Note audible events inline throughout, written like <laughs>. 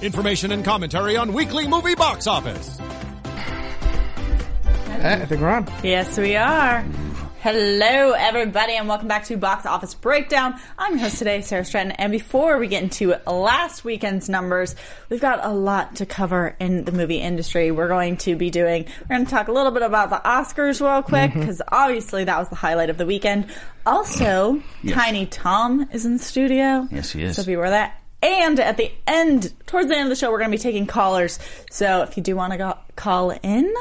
Information and commentary on weekly movie box office. Hey, I think we're on. Yes, we are. Hello, everybody, and welcome back to Box Office Breakdown. I'm your host today, Sarah Stratton, and before we get into last weekend's numbers, we've got a lot to cover in the movie industry. We're going to be doing, we're going to talk a little bit about the Oscars real quick, because obviously that was the highlight of the weekend. Also, Tiny Tom is in the studio. Yes, he is. So be aware of that. And at the end, towards the end of the show, we're going to be taking callers. So if you do want to go- call in,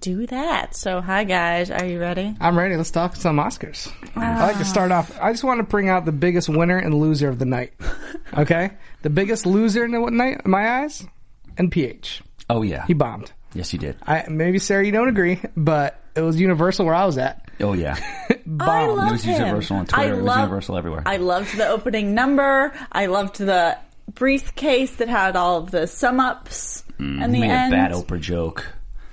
do that. So, hi guys, are you ready? Oh, I'm ready. Let's talk some Oscars. Ah. I like to start off. I just want to bring out the biggest winner and loser of the <laughs> night. Okay, the biggest loser in the night, in my eyes, and PH. Oh yeah. He bombed. yes, he did. I maybe Sarah, you don't agree, but it was Universal where I was at. oh yeah. I Bombed. love was him. universal on Twitter. I It was love- universal everywhere. I loved the opening number. I loved the briefcase that had all of the sum ups <laughs> in the Hmm, Made end. a bad Oprah joke.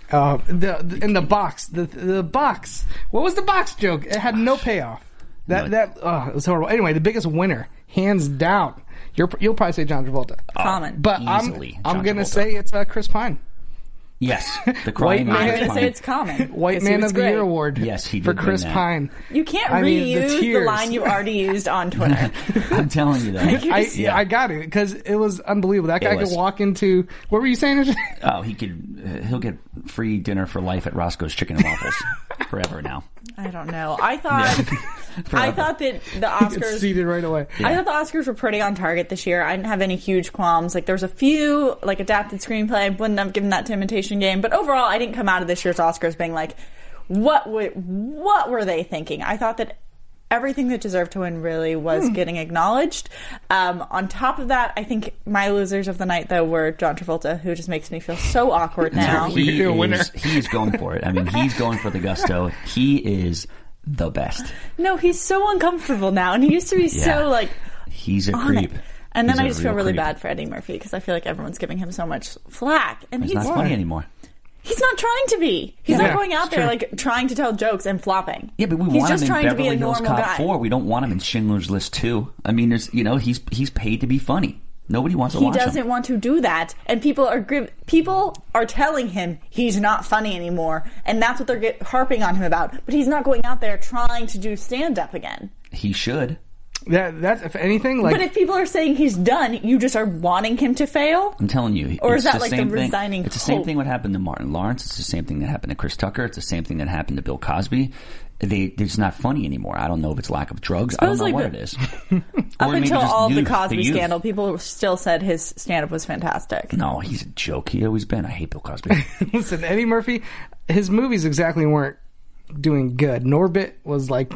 Uh, the, the in the box, the the box. What was the box joke? It had no payoff. That No. that oh, it was horrible. Anyway, the biggest winner, hands down. You're, you'll probably say John Travolta, Common. but Easily I'm I'm John gonna Travolta. say it's uh, Chris Pine. Yes. <laughs> The crying man. I'm Irish going to Pine. say it's common. <laughs> White because he Man was of the great. Year award. Yes, he did for win Chris that. Pine. You can't I mean, the reuse the, tears. line you already <laughs> used on Twitter. I'm telling you that. I, yeah. I got it because it was unbelievable. That guy was. could walk into. What were you saying? oh, he could. Uh, he'll get free dinner for life at Roscoe's Chicken <laughs> and Waffles forever now. I don't know. I thought <laughs> I Forever. thought that the It's <laughs> Oscars seated right away. I thought the Oscars were pretty on target this year. I didn't have any huge qualms. Like there was a few like adapted screenplay. I wouldn't have given that to Imitation Game, but overall, I didn't come out of this year's Oscars being like, what would what were they thinking? I thought that everything that deserved to win really was Hmm. getting acknowledged. Um, on top of that, I think my losers of the night though were John Travolta, who just makes me feel so <laughs> awkward now. We could do a winner. is, he is going for it. I mean, he's going for the gusto. He is the best. no, he's so uncomfortable now, and he used to be Yeah. so like He's a on it. creep. And then He's I a just feel real really creep. bad for Eddie Murphy because I feel like everyone's giving him so much flack, and It's he's not funny anymore. he's not trying to be. He's Yeah, not going out it's there true. like trying to tell jokes and flopping. Yeah, but we he's want just him in trying to Beverly be a Hills normal Cop guy. Four. We don't want him in Schindler's List Two. I mean, there's you know he's he's paid to be funny. Nobody wants to He watch him. doesn't want to do that, and people are gri- people are telling him he's not funny anymore, and that's what they're get- harping on him about. But he's not going out there trying to do stand up again. He should. That that's if anything like But if people are saying he's done, you just are wanting him to fail. I'm telling you. Or is it's that the like the same thing. resigning It's the same hope? thing what happened to Martin Lawrence. It's the same thing that happened to Chris Tucker. It's the same thing that happened to Bill Cosby. They, they're just not funny anymore. I don't know if it's lack of drugs. Supposedly, I don't but- know what it is. Up <laughs> Or maybe until just all youth, the Cosby youth. scandal, people still said his stand up was fantastic. No, he's a joke. He always been. I hate <laughs> Bill Cosby. <laughs> listen, Eddie Murphy, his movies exactly weren't doing good. Norbit was like.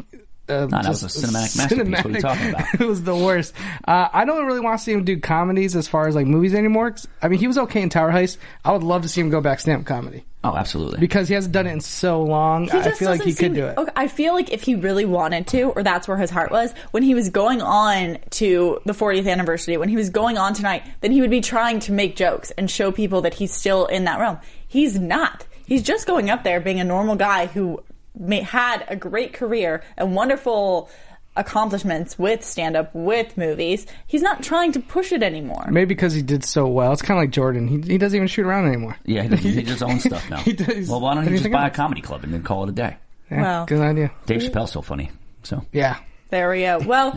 Uh, that was just a cinematic masterpiece. What are you talking <laughs> about? it was the worst. Uh, I don't really want to see him do comedies as far as like movies anymore. 'cause- I mean, he was okay in Tower Heist. I would love to see him go back stand up comedy oh, absolutely. because he hasn't done it in so long. I just feel like doesn't he could seem- do it. Okay, I feel like if he really wanted to, or that's where his heart was, when he was going on to the 40th anniversary, when he was going on tonight, then he would be trying to make jokes and show people that he's still in that realm. He's not. He's just going up there being a normal guy who may, had a great career and wonderful accomplishments with stand up, with movies. He's not trying to push it anymore. Maybe because he did so well. It's kind of like Jordan. He, he doesn't even shoot around anymore. yeah, he does, he does <laughs> <laughs> his own stuff now. He does well, why don't he just anything buy a else. comedy club and then call it a day? Yeah, Well. good idea. Dave Chappelle's so funny. So Yeah. There we go. Well,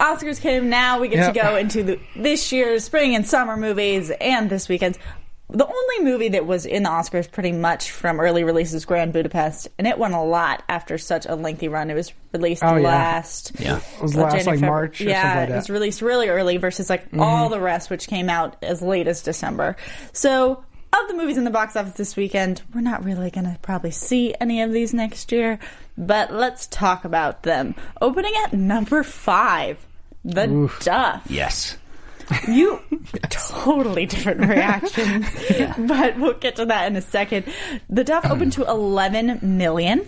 Oscars came. Now we get Yep. to go into the, this year's spring and summer movies and this weekend's. The only movie that was in the Oscars pretty much from early release was Grand Budapest, and it won a lot after such a lengthy run. It was released Oh, yeah. last. yeah, It was uh, last January, like February- March or yeah, something like it was that. Mm-hmm. released really early versus like all the rest, which came out as late as December. So, of the movies in the box office this weekend, we're not really going to probably see any of these next year, but let's talk about them. Opening at number five, The Duff. yes. <laughs> You totally different reactions, but we'll get to that in a second. The Duff opened to 11 million,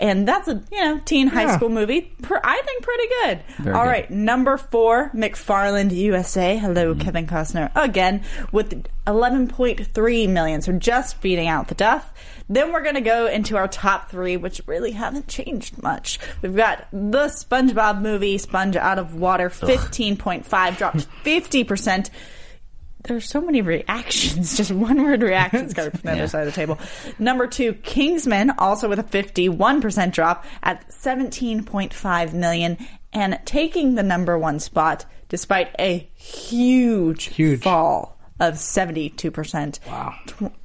and that's a you know teen high Yeah. school movie. Per, I think pretty good. Very All good. right, number four, McFarland USA. Hello, Kevin Costner again with 11.3 million, so just beating out the Duff. Then we're gonna go into our top three, which really haven't changed much. We've got the SpongeBob movie, Sponge Out of Water, 15.5, dropped 50 percent there's so many reactions, <laughs> just one word reactions coming from the Yeah. other side of the table. Number two, Kingsman, also with a 51% drop at 17.5 million and taking the number one spot despite a huge, Huge. fall of 72%. Wow.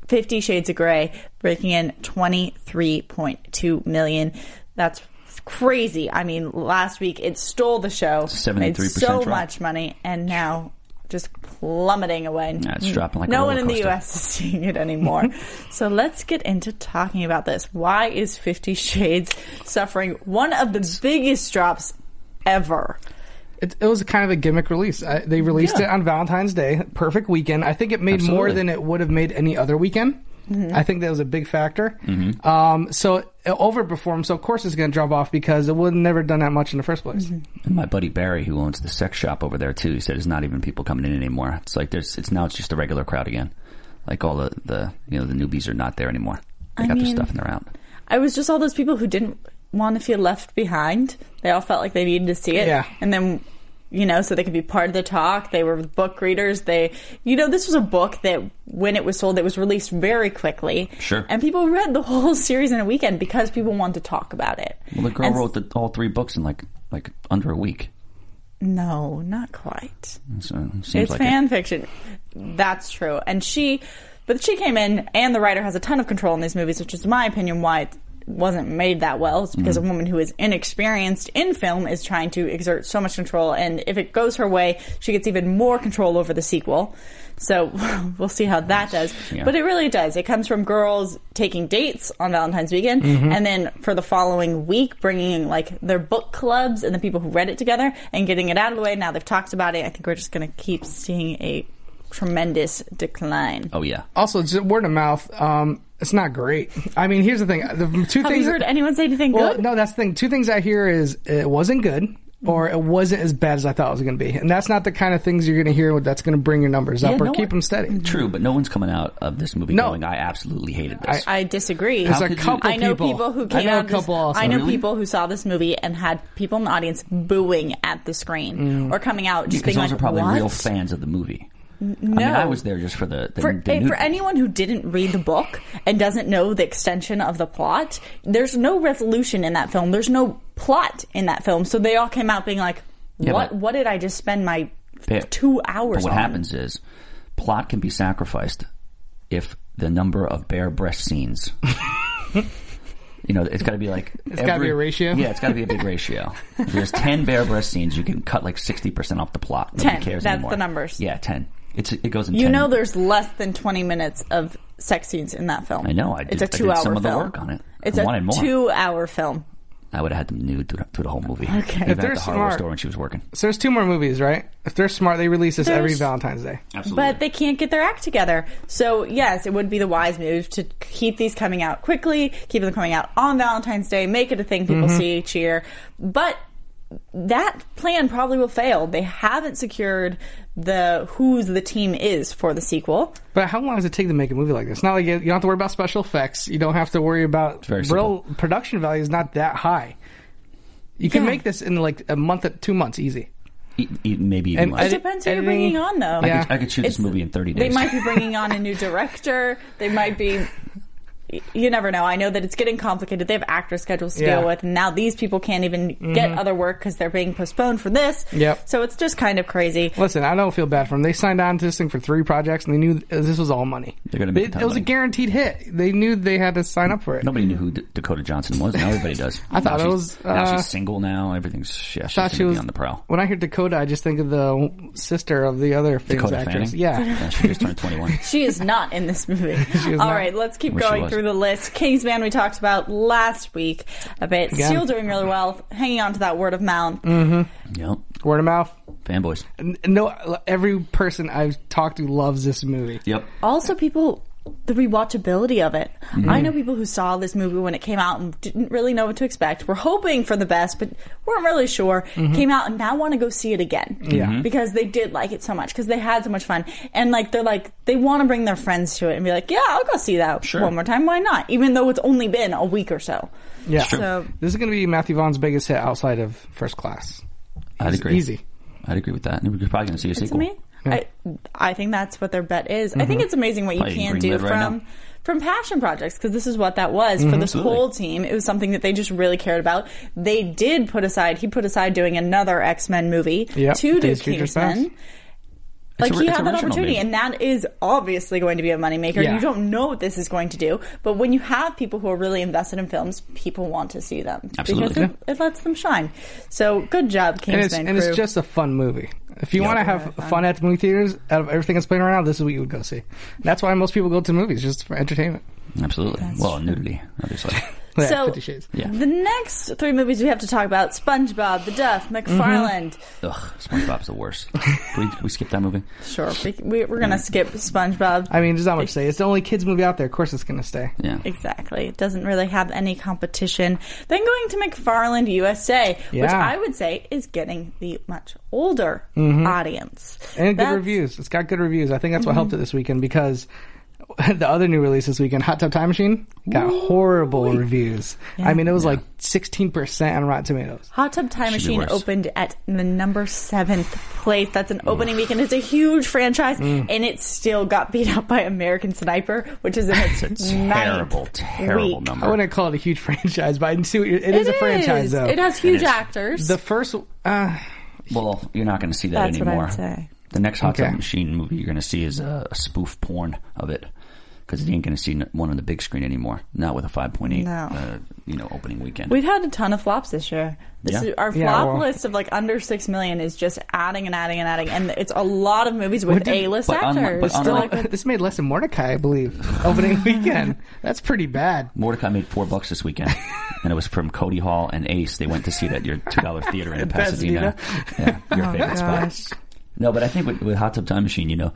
50 Shades of Grey breaking in 23.2 million. That's crazy. I mean, last week it stole the show. Made 73% so drop. much money and now just plummeting away. Yeah, it's dropping like a no one roller in the coaster. U.S. <laughs> is seeing it anymore. so let's get into talking about this. Why is Fifty Shades suffering one of the biggest drops ever? It, it was kind of a gimmick release. I, they released Yeah. it on Valentine's Day, perfect weekend. I think it made more Absolutely. than it would have made any other weekend. Mm-hmm. I think that was a big factor. Mm-hmm. Um, so it overperformed. So of course it's going to drop off because it would have never done that much in the first place. Mm-hmm. And my buddy Barry, who owns the sex shop over there too, he said it's not even people coming in anymore. It's like there's it's now it's just the regular crowd again. Like all the, the you know the newbies are not there anymore. They I got mean- their stuff and they're out. I was just all those people who didn't want to feel left behind. They all felt like they needed to see it. Yeah. And then, you know, so they could be part of the talk. They were book readers. They, you know, this was a book that when it was sold, it was released very quickly. Sure. And people read the <laughs> whole series in a weekend because people wanted to talk about it. Well, the girl And- wrote the, all three books in like like under a week. No, not quite. So it seems It's like it. fan fiction. That's true. And she, but she came in, and the writer has a ton of control in these movies, which is, in my opinion, why it wasn't made that well. It's because Mm-hmm. a woman who is inexperienced in film is trying to exert so much control, and if it goes her way, she gets even more control over the sequel. So <laughs> we'll see how that does. Yeah. But it really does. It comes from girls taking dates on Valentine's weekend, and then for the following week, bringing like their book clubs and the people who read it together and getting it out of the way. Now they've talked about it. I think we're just going to keep seeing a tremendous decline. Oh yeah, Also, just word of mouth. Um, it's not great. I mean, here's the thing. The two Have things. you heard anyone say anything Well, good? no, that's the thing. Two things I hear is it wasn't good or it wasn't as bad as I thought it was going to be. And that's not the kind of things you're going to hear that's going to bring your numbers up or no keep one- them Mm-hmm. steady. true. But no one's coming out of this movie No. going. I absolutely hated this. I disagree. How There's a could you- couple I know people. people, who came I know out. a of this- couple also. I know Really? people who saw this movie and had people in the audience booing at the screen or coming out just because being those like, are probably "What?" real fans of the movie. No, I mean, I was there just for the, the, for, the and new- for anyone who didn't read the book and doesn't know the extension of the plot, there's no resolution in that film. There's no plot in that film. So they all came out being like, Yeah, "What? but- What did I just spend my Yeah. two hours?" But what on? happens is plot can be sacrificed if the number of bare breast scenes. <laughs> you know, it's got to be like it's gotta be a ratio? Yeah, it's got to be a big ratio. If there's ten bare breast scenes, you can cut like sixty percent off the plot. Nobody 10. cares That's anymore. the numbers. Yeah, ten. It's it goes in. You 10. know, there's less than 20 minutes of sex scenes in that film. I know, I it's did- a I did two-hour some of the film. work on it. I It's a wanted more. two-hour film. I would have had them nude through the, through the whole movie. Okay, even If they're at the hardware smart- store when she was working. So there's two more movies, right? If they're smart, they release this every There's- Valentine's Day. Absolutely. But they can't get their act together. So, yes, it would be the wise move to keep these coming out quickly, keep them coming out on Valentine's Day, make it a thing people Mm-hmm. see, cheer. But that plan probably will fail. They haven't secured the who's the team is for the sequel. But how long does it take to make a movie like this? Not like you you don't have to worry about special effects. You don't have to worry about very real production value is not that high. You can Yeah. make this in like a month, two months, easy. E- e- maybe even And less. It I did- depends who you're editing- bringing on, though. Yeah. I could shoot this It's- movie in thirty They days. might be bringing on a new director. They might be. You never know. I know that it's getting complicated. They have actor schedules to Yeah. Mm-hmm. deal with, and now these people can't even get other work because they're being postponed for this. Yep. So it's just kind of crazy. Listen, I don't feel bad for them. They signed on to this thing for three projects, and they knew uh, this was all money. They're gonna make a It- ton it of was a money. guaranteed hit. They knew they had to sign up for it. Nobody knew who D- Dakota Johnson was. Now <laughs> everybody does. I thought it now she's- was, now uh, she's single. Now everything's yeah. She's thought gonna she was be on the prowl. When I hear Dakota, I just think of the sister of the other famous Dakota actress. Fanning. Yeah, she just turned <laughs> twenty one. She is not in this movie. All not. right, let's keep Wish she going was. through the list. Kingsman we talked about last week a bit. Again. Still doing really well, hanging on to that word of mouth. Yep. word of mouth. Fanboys. N- No, every person I've talked to loves this movie. Yep. also people the rewatchability of it. I know people who saw this movie when it came out and didn't really know what to expect. Were hoping for the best, but weren't really sure. Came out and now want to go see it again. Yeah, because they did like it so much because they had so much fun and like they're like they want to bring their friends to it and be like, yeah, I'll go see that Sure. one more time. Why not? Even though it's only been a week or so. Yeah. So This is going to be Matthew Vaughn's biggest hit outside of First Class. I'd It's agree. Easy. I'd agree with that. And we're probably going to see a to sequel. me. I, I think that's what their bet is. I Mm-hmm. think it's amazing what you Playing can green do lid from right now. Mm-hmm. from passion projects because this is what that was for this Absolutely. whole team. It was something that they just really cared about. They did put aside. He put aside doing another X Men movie Yep, to do Days of Future Past. Kingsman. Like It's a- he it's had that original, opportunity, dude. and that is obviously going to be a moneymaker. Yeah. You don't know what this is going to do, but when you have people who are really invested in films, people want to see them Absolutely. because it, it lets them shine. So good job, Kingsman. And it's, and crew. it's just a fun movie. If you want to have fun at the movie theaters, out of everything that's playing right now, this is what you would go see. That's why most people go to movies, just for entertainment. Absolutely. well, nudity, obviously. Yeah, So- Fifty Shades. Yeah. The next three movies we have to talk about: SpongeBob, The Duff, Mm-hmm. McFarland. Ugh, SpongeBob's the worst. Can we, we skip that movie? Sure, we, we, we're gonna skip SpongeBob. I mean, there's not much to say. It's the only kids movie out there. Of course, it's going to stay. Yeah. Exactly. It doesn't really have any competition. Then going to McFarland USA, which Yeah. I would say is getting the much older Mm-hmm. audience. And good That's- Mm-hmm. reviews. It's got good reviews. I think that's what helped it this weekend because <laughs> the other new release this weekend, Hot Tub Time Machine, got horrible reviews. I mean, it was like 16% on Rotten Tomatoes. Hot Tub Time Should be Machine worse. opened at the number seventh place. That's an opening weekend. It's a huge franchise, Mm. and it still got beat up by American Sniper, which is in <laughs> its, ninth Terrible, terrible week. I number. wouldn't call it a huge <laughs> franchise, but I see what you're, it is a franchise, though. It has huge is. actors. the first, uh, Well, you're not going to see that That's what I anymore. would say. The next Hot Tub Okay. Machine movie you're going to see is uh, a, a spoof porn of it because you ain't going to see n- one on the big screen anymore. Not with a 5.8, No. uh, you know, opening weekend. We've had a ton of flops this year. This Yeah. is, our flop Yeah, well- list of like under six million is just adding and adding and adding, and it's a lot of movies with did- A list but unlike- actors. but So, <laughs> unlike- like, this made less than Mordecai, I <laughs> believe, opening weekend. That's pretty bad. Mordecai made four bucks this weekend, <laughs> and it was from Cody Hall and Ace. They went to see it at your two dollar theater <laughs> in Pasadena. Yeah, Oh, your favorite spot. No, but I think with, with Hot Tub Time Machine, you know,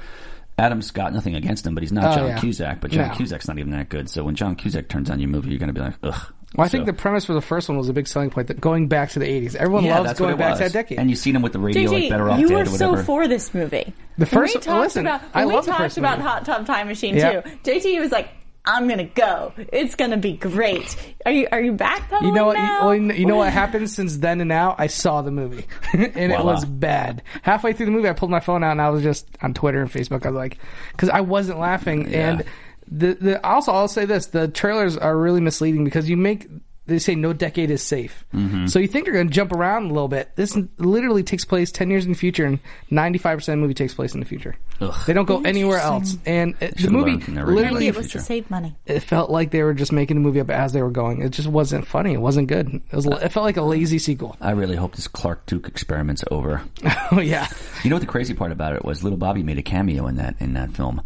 Adam Scott. Nothing against him, but he's not Oh, John yeah. Cusack. But John No. Cusack's not even that good. So when John Cusack turns on your movie, you're going to be like, ugh. Well, I think So- the premise for the first one was a big selling point. That going back to the '80s, everyone yeah, loves that's what going it back to that was. decade. And you seen him with the radio, like better off JG, you dead were or so whatever. for this movie. The first- when we talked listen, about, I when love we the talked first about movie. Hot Tub Time Machine Yeah. too. JG was like, "I'm gonna go. It's gonna be great." Are you are you backpedaling You know what? You, now? well, you kn- you know <laughs> what happened since then and now? I saw the movie, <laughs> and it Voila. was bad. Halfway through the movie, I pulled my phone out and I was just on Twitter and Facebook. I was like, because I wasn't laughing. Yeah. And the the also I'll say this: the trailers are really misleading because you make they say no decade is safe, Mm-hmm. so you think they're going to jump around a little bit. This literally takes place ten years in the future, and ninety five percent of the movie takes place in the future. Ugh. They don't go anywhere else, and it, the Should've movie learned from their original literally Maybe it was to future. save money. it felt like they were just making the movie up as they were going. It just wasn't funny. It wasn't good. It was. It felt like a lazy sequel. <laughs> I really hope this Clark Duke experiment's over. Oh yeah. You know what the crazy part about it was? Little Bobby made a cameo in that in that film.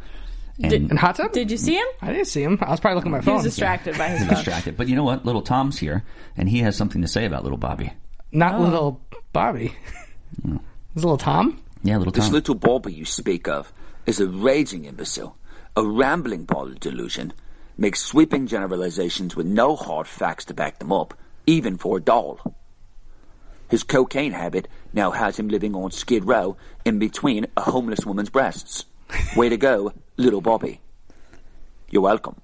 And And hot tub? Did you see him? I didn't see him. I was probably looking at my He was phone. distracted by his <laughs> I'm phone. distracted. But you know what? Little Tom's here, and he has something to say about Little Bobby. Not oh. little Bobby. It's little Tom. Yeah, Little This Tom. little Bobby you speak of is a raging imbecile, a rambling ball of delusion, makes sweeping generalizations with no hard facts to back them up, even for a doll. His cocaine habit now has him living on Skid Row in between a homeless woman's breasts. Way to go, little Bobby. You're welcome.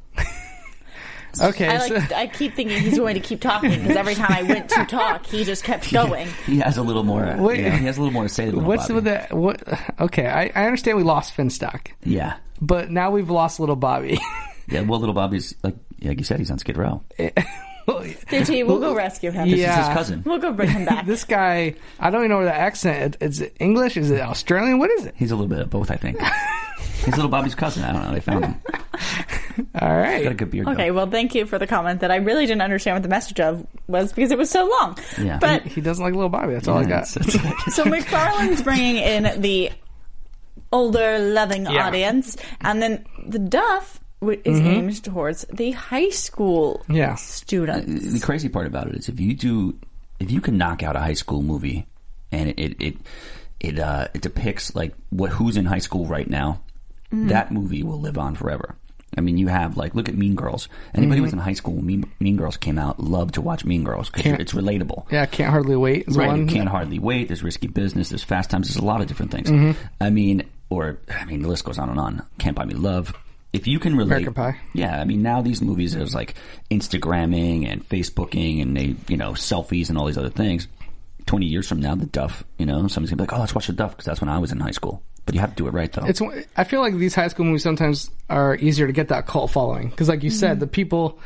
Okay. I so- like. I keep thinking he's going to keep talking because every time I went <laughs> to talk, he just kept going. he has a little more. Wait. you know, he has a little more to say. Than <laughs> little What's Bobby. with that? What? Okay, I, I understand we lost Finstock, Yeah, but now we've lost little Bobby. <laughs> yeah. Well, Little Bobby's like like you said, he's on Skid Row. JG, we'll go rescue him. This is Yeah. his cousin. We'll go bring him back. this guy, I don't even know where the accent. It, is it English? Is it Australian? What is it? He's a little bit of both, <laughs> I think. he's Little Bobby's cousin. I don't know. They found him. All right. Got a good beard. though. okay, well, thank you for the comment that I really didn't understand what the message of was because it was so long. Yeah. But He doesn't like little Bobby. That's all I Yeah, got. it's- it's- so McFarlane's bringing in the older, loving Yeah. Mm-hmm. audience, and then the Duff w- is aimed towards the high school Yeah. students. the crazy part about it is if you do, if you can knock out a high school movie, and it it, it It uh, it depicts like what who's in high school right now. Mm-hmm. That movie will live on forever. I mean, you have like look at Mean Girls. Anybody Mm-hmm. who was in high school when mean, mean Girls came out loved to watch Mean Girls because Can't- it's relatable. <laughs> Yeah, can't hardly wait. Is Right, one. you can't hardly wait. There's risky business. There's fast times. There's a lot of different things. Mm-hmm. I mean, or I mean, the list goes on and on. Can't buy me love. If you can relate, American Pie. Yeah, I mean, now these movies there's like Instagramming and Facebooking and they you know selfies and all these other things. Twenty years from now, the Duff, you know, somebody's gonna be like, oh, let's watch the Duff because that's when I was in high school. But you have to do it right though. It's. I feel like these high school movies sometimes are easier to get that cult following because, like you Mm-hmm. said, the people,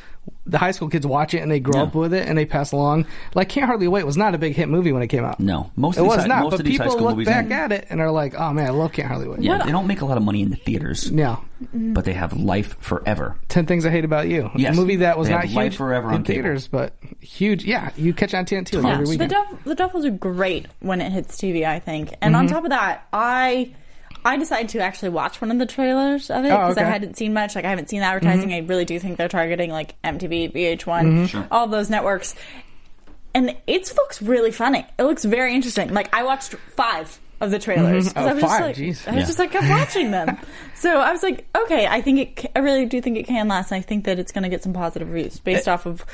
the high school kids watch it and they grow up with it and they pass along. Like, can't hardly wait was not a big hit movie when it came out. no, most it of these, was high- not. most But of these high people school look movies back ain't- at it and are like, "Oh man, I love Can't Hardly Wait." Yeah, they don't make a lot of money in the theaters. No. but they have life forever. Ten Things I Hate About You. Yes. A movie that was They not had Life huge Forever in on cable. theaters, but huge. Yeah, you catch it on TNT like every The weekend. Duff, the Duffels are great when it hits TV, I think. And Mm-hmm. on top of that, I I decided to actually watch one of the trailers of it Oh, because okay. Mm-hmm. I hadn't seen much. Like I haven't seen the advertising. I really do think they're targeting like MTV, VH1, Mm-hmm. all those networks. And it looks really funny. It looks very interesting. Like I watched five of the trailers. 'cause Oh, I was just five, like, jeez. I was Yeah. just like kept <laughs> watching them. so I was like, okay, I think it. ca- I really do think it can last. And I think that it's going to get some positive reviews based off of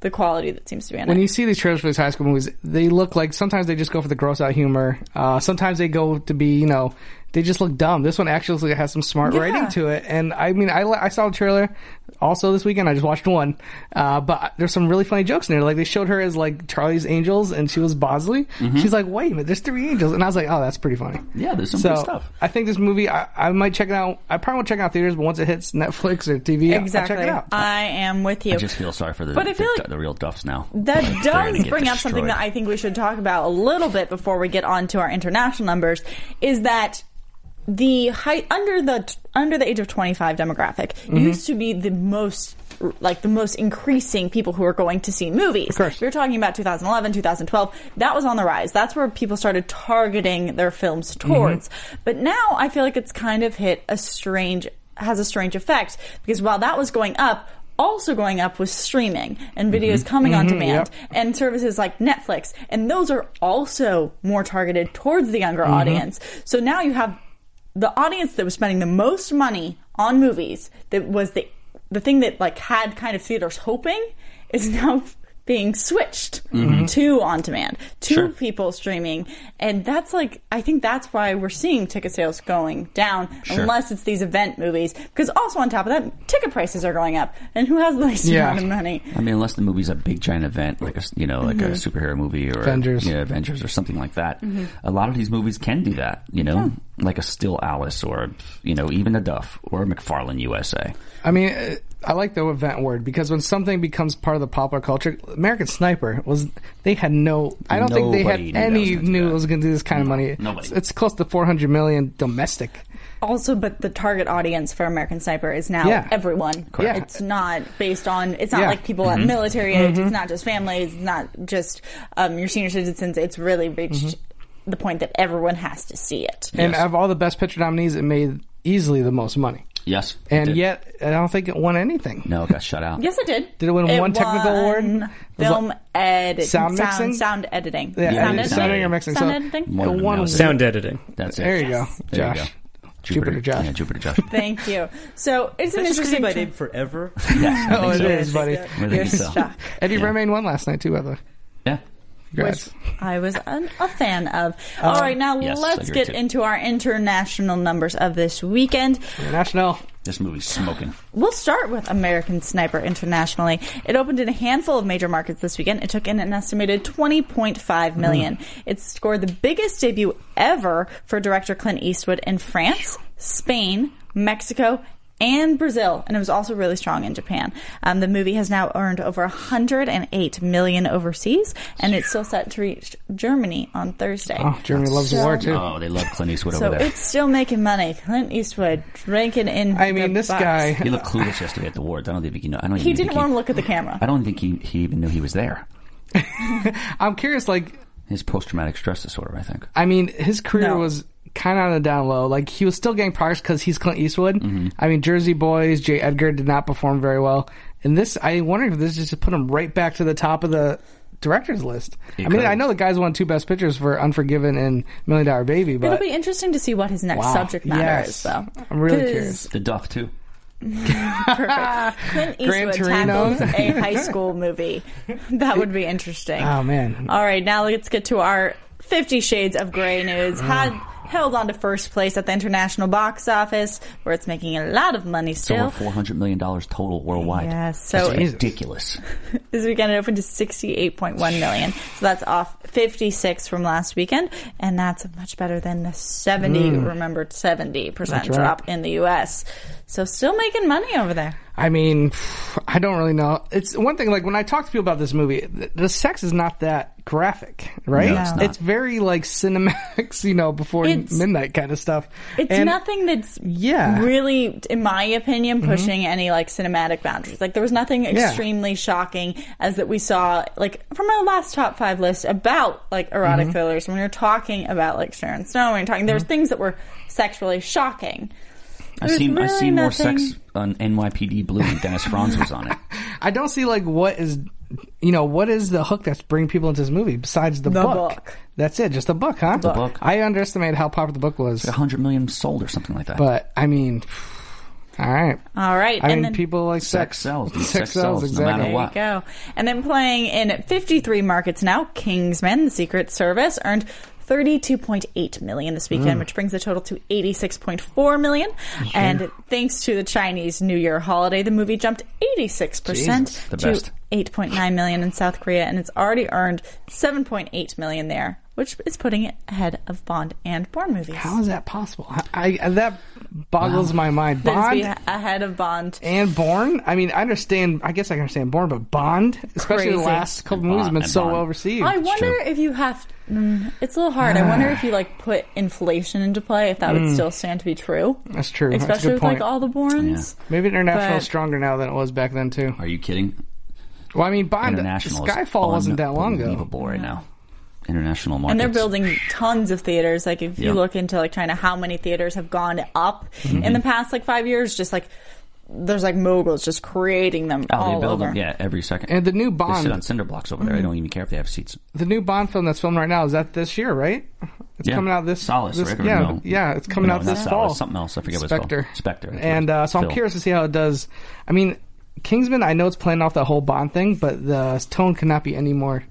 the quality that seems to be on when it. you see these trailers for these high school movies, they look like sometimes they just go for the gross out humor. Uh, sometimes they go to be, you know, they just look dumb. This one actually has some smart Yeah. writing to it. And I mean, I, li- I saw a trailer also this weekend. I just watched one. Uh, but there's some really funny jokes in there. Like they showed her as like Charlie's Angels and she was Bosley. She's like, wait a minute, there's three angels. And I was like, oh, that's pretty funny. Mm-hmm. Yeah, there's some so good stuff. I think this movie, I, I might check it out. I probably won't check it out theaters, but once it hits Netflix or TV, I'll- Exactly. I'll check it out. I am with you. I just feel sorry for the, But I the, feel like- the real Duffs now. that <laughs> Like, they're gonna does get bring up something destroyed. that I think we should talk about a little bit before we get on to our international numbers is that the high, under the under the age of 25 demographic used to be the most like the most increasing people who are going to see movies. Of course. You're talking about 2011, 2012. That was on the rise. That's where people started targeting their films towards. But now I feel like it's kind of hit a strange has a strange effect because while that was going up, also going up was streaming and videos coming on demand and services like Netflix. And those are also more targeted towards the younger audience. So now you have the audience that was spending the most money on movies that was the the thing that like had kind of theaters hoping is <laughs> now being switched to on demand to Mm-hmm. Sure. people streaming and that's like i think that's why we're seeing ticket sales going down Sure. unless it's these event movies because also on top of that ticket prices are going up and who has the least Yeah. amount of money I mean, unless the movie's a big giant event, like a s- you know, like Mm-hmm. a superhero movie or Avengers. yeah, Avengers or something like that. A lot of these movies can do that, you know, like a Still Alice or you know, even a Duff or a McFarlane USA. I mean, uh, I like the event word because when something becomes part of the popular culture, American Sniper was they had no. I don't Nobody think they had knew that was any gonna do knew that. it was going to do this kind of money. nobody. It's, it's close to four hundred million domestic. also but the target audience for american sniper is now Yeah. everyone Correct. Yeah. it's not based on it's not Yeah. Mm-hmm. like people at military age Mm-hmm. it's not just families it's not just um, your senior citizens it's really reached Mm-hmm. the point that everyone has to see it And Yes. of all the best picture nominees, it made easily the most money. Yes, it And did. yet, I don't think it won anything. no, it got shut out. yes it did Did it win one technical award? won It was film like- ed Sound sound, mixing? sound editing Yeah, Yeah, sound editing, editing sound editing or mixing, sound so- editing One of them One now was- is- Sound editing. That's it. There you go, There you Josh. go. Jupiter Josh. Yeah, Jupiter <laughs> Josh. thank you so it's an interesting my tra- name forever. <laughs> yes, I Oh, think it so. is, buddy. I you're think so. stuck Eddie Redmayne won last night too, by the way. Yeah. Congrats. I was an, a fan of. Oh. All right, now yes, I let's agree get too. into our international numbers of this weekend. International. This movie's smoking. We'll start with American Sniper internationally. It opened in a handful of major markets this weekend. It took in an estimated 20.5 Hmm. million. It scored the biggest debut ever for director Clint Eastwood in France, Spain, Mexico, and Brazil, and it was also really strong in Japan. Um, the movie has now earned over 108 million overseas, and it's still set to reach Germany on Thursday. Oh, Germany loves the war too. Oh, they love Clint Eastwood So over there. it's still making money. Clint Eastwood drinking in. I mean, the this box. guy. He looked clueless yesterday at the awards. I don't think he know. I don't He even didn't think want to look at the camera. I don't think he, he even knew he was there. I'm curious. Like, His post traumatic stress disorder, I think. I mean, his career No. was kind of on the down low. Like he was still getting progress because he's Clint Eastwood. Mm-hmm. I mean, Jersey Boys, J. Edgar did not perform very well, and this I wonder if this just put him right back to the top of the directors list. It I mean, could. I know the guys won two best pictures for Unforgiven and Million Dollar Baby, but It'll be interesting to see what his next Wow. subject matter Yes. is, though. I'm really 'Cause- curious. The Duff too. Perfect. Clint Gran Eastwood Torino. tackles a high school movie. <laughs> That would be interesting. oh man, All right, now let's get to our Fifty Shades of Grey news. Had held on to first place at the international box office, where it's making a lot of money So still. four hundred million dollars total worldwide. Yes, so That's ridiculous. this weekend it opened to 68.1 million. So that's off 56 from last weekend, and that's much better than the 70, remembered 70% Hmm. right. drop in the US. So still making money over there. I mean, <sighs> I don't really know. It's one thing. Like when I talk to people about this movie, the, the sex is not that graphic, right? No, it's not. very like <laughs> cinematics, you know, before It's- midnight kind of stuff. It's And- nothing that's Yeah. Mm-hmm. really, in my opinion, pushing any like cinematic boundaries. Like there was nothing extremely shocking as that we saw like from our last top five list about like erotic Mm-hmm. thrillers. When we were talking about like Sharon Stone, we were talking there was things that were sexually shocking. I've There's seen I've really seen more nothing- sex on NYPD Blue than Dennis Franz was on <laughs> it. I don't see like what is, you know, what is the hook that's bringing people into this movie besides the, The book? book. That's it, just the book, huh? The book. I underestimated how popular the book was, A hundred million sold or something like that. but I mean, all right. All right, I and mean, then people like sex. sex sells. dude. Sex Sex sells, sells, no exactly. matter There what. you go. And then playing in 53 markets now, Kingsman, The Secret Service, earned 32.8 million this weekend, which brings the total to 86.4 million. And thanks to the Chinese New Year holiday, the movie jumped 86% Jesus, the to best. 8.9 million in South Korea, and it's already earned 7.8 million there, which is putting it ahead of Bond and Bourne movies. How is that possible? I, I that boggles my mind. That is Bond be ahead of Bond. and Born. I mean, I understand. I guess I understand Born, but Bond, especially the Crazy. last couple And movies, have Bond- been and so Bond. well received. I wonder true. if you have. Mm, it's a little hard. I wonder if you like put inflation into play, if that would still stand to be true. That's true. Especially That's a good with point. like all the Borns. Maybe international but- is stronger now than it was back then too. Are you kidding? Well, I mean, Bond, International. is Skyfall wasn't that long ago. Unbelievable right now. International markets. And they're building tons of theaters. Like if you Yeah. look into like China, how many theaters have gone up in the past like five years? Just like there's like moguls just creating them Oh, all they build over. Mm-hmm. them. Yeah, every second. And the new they sit on Bond, cinder blocks over there. I don't even care if they have seats. the new Bond film that's filmed right now is that this year, right? It's Yeah. coming out this. Solace, this, right? Or Yeah, no. yeah, it's coming No, out not this Solace, fall. something else. I forget what it's Spectre. called. Spectre. And uh, so I'm Phil. curious to see how it does. I mean, Kingsman. I know it's playing off the whole Bond thing, but the tone could not be any more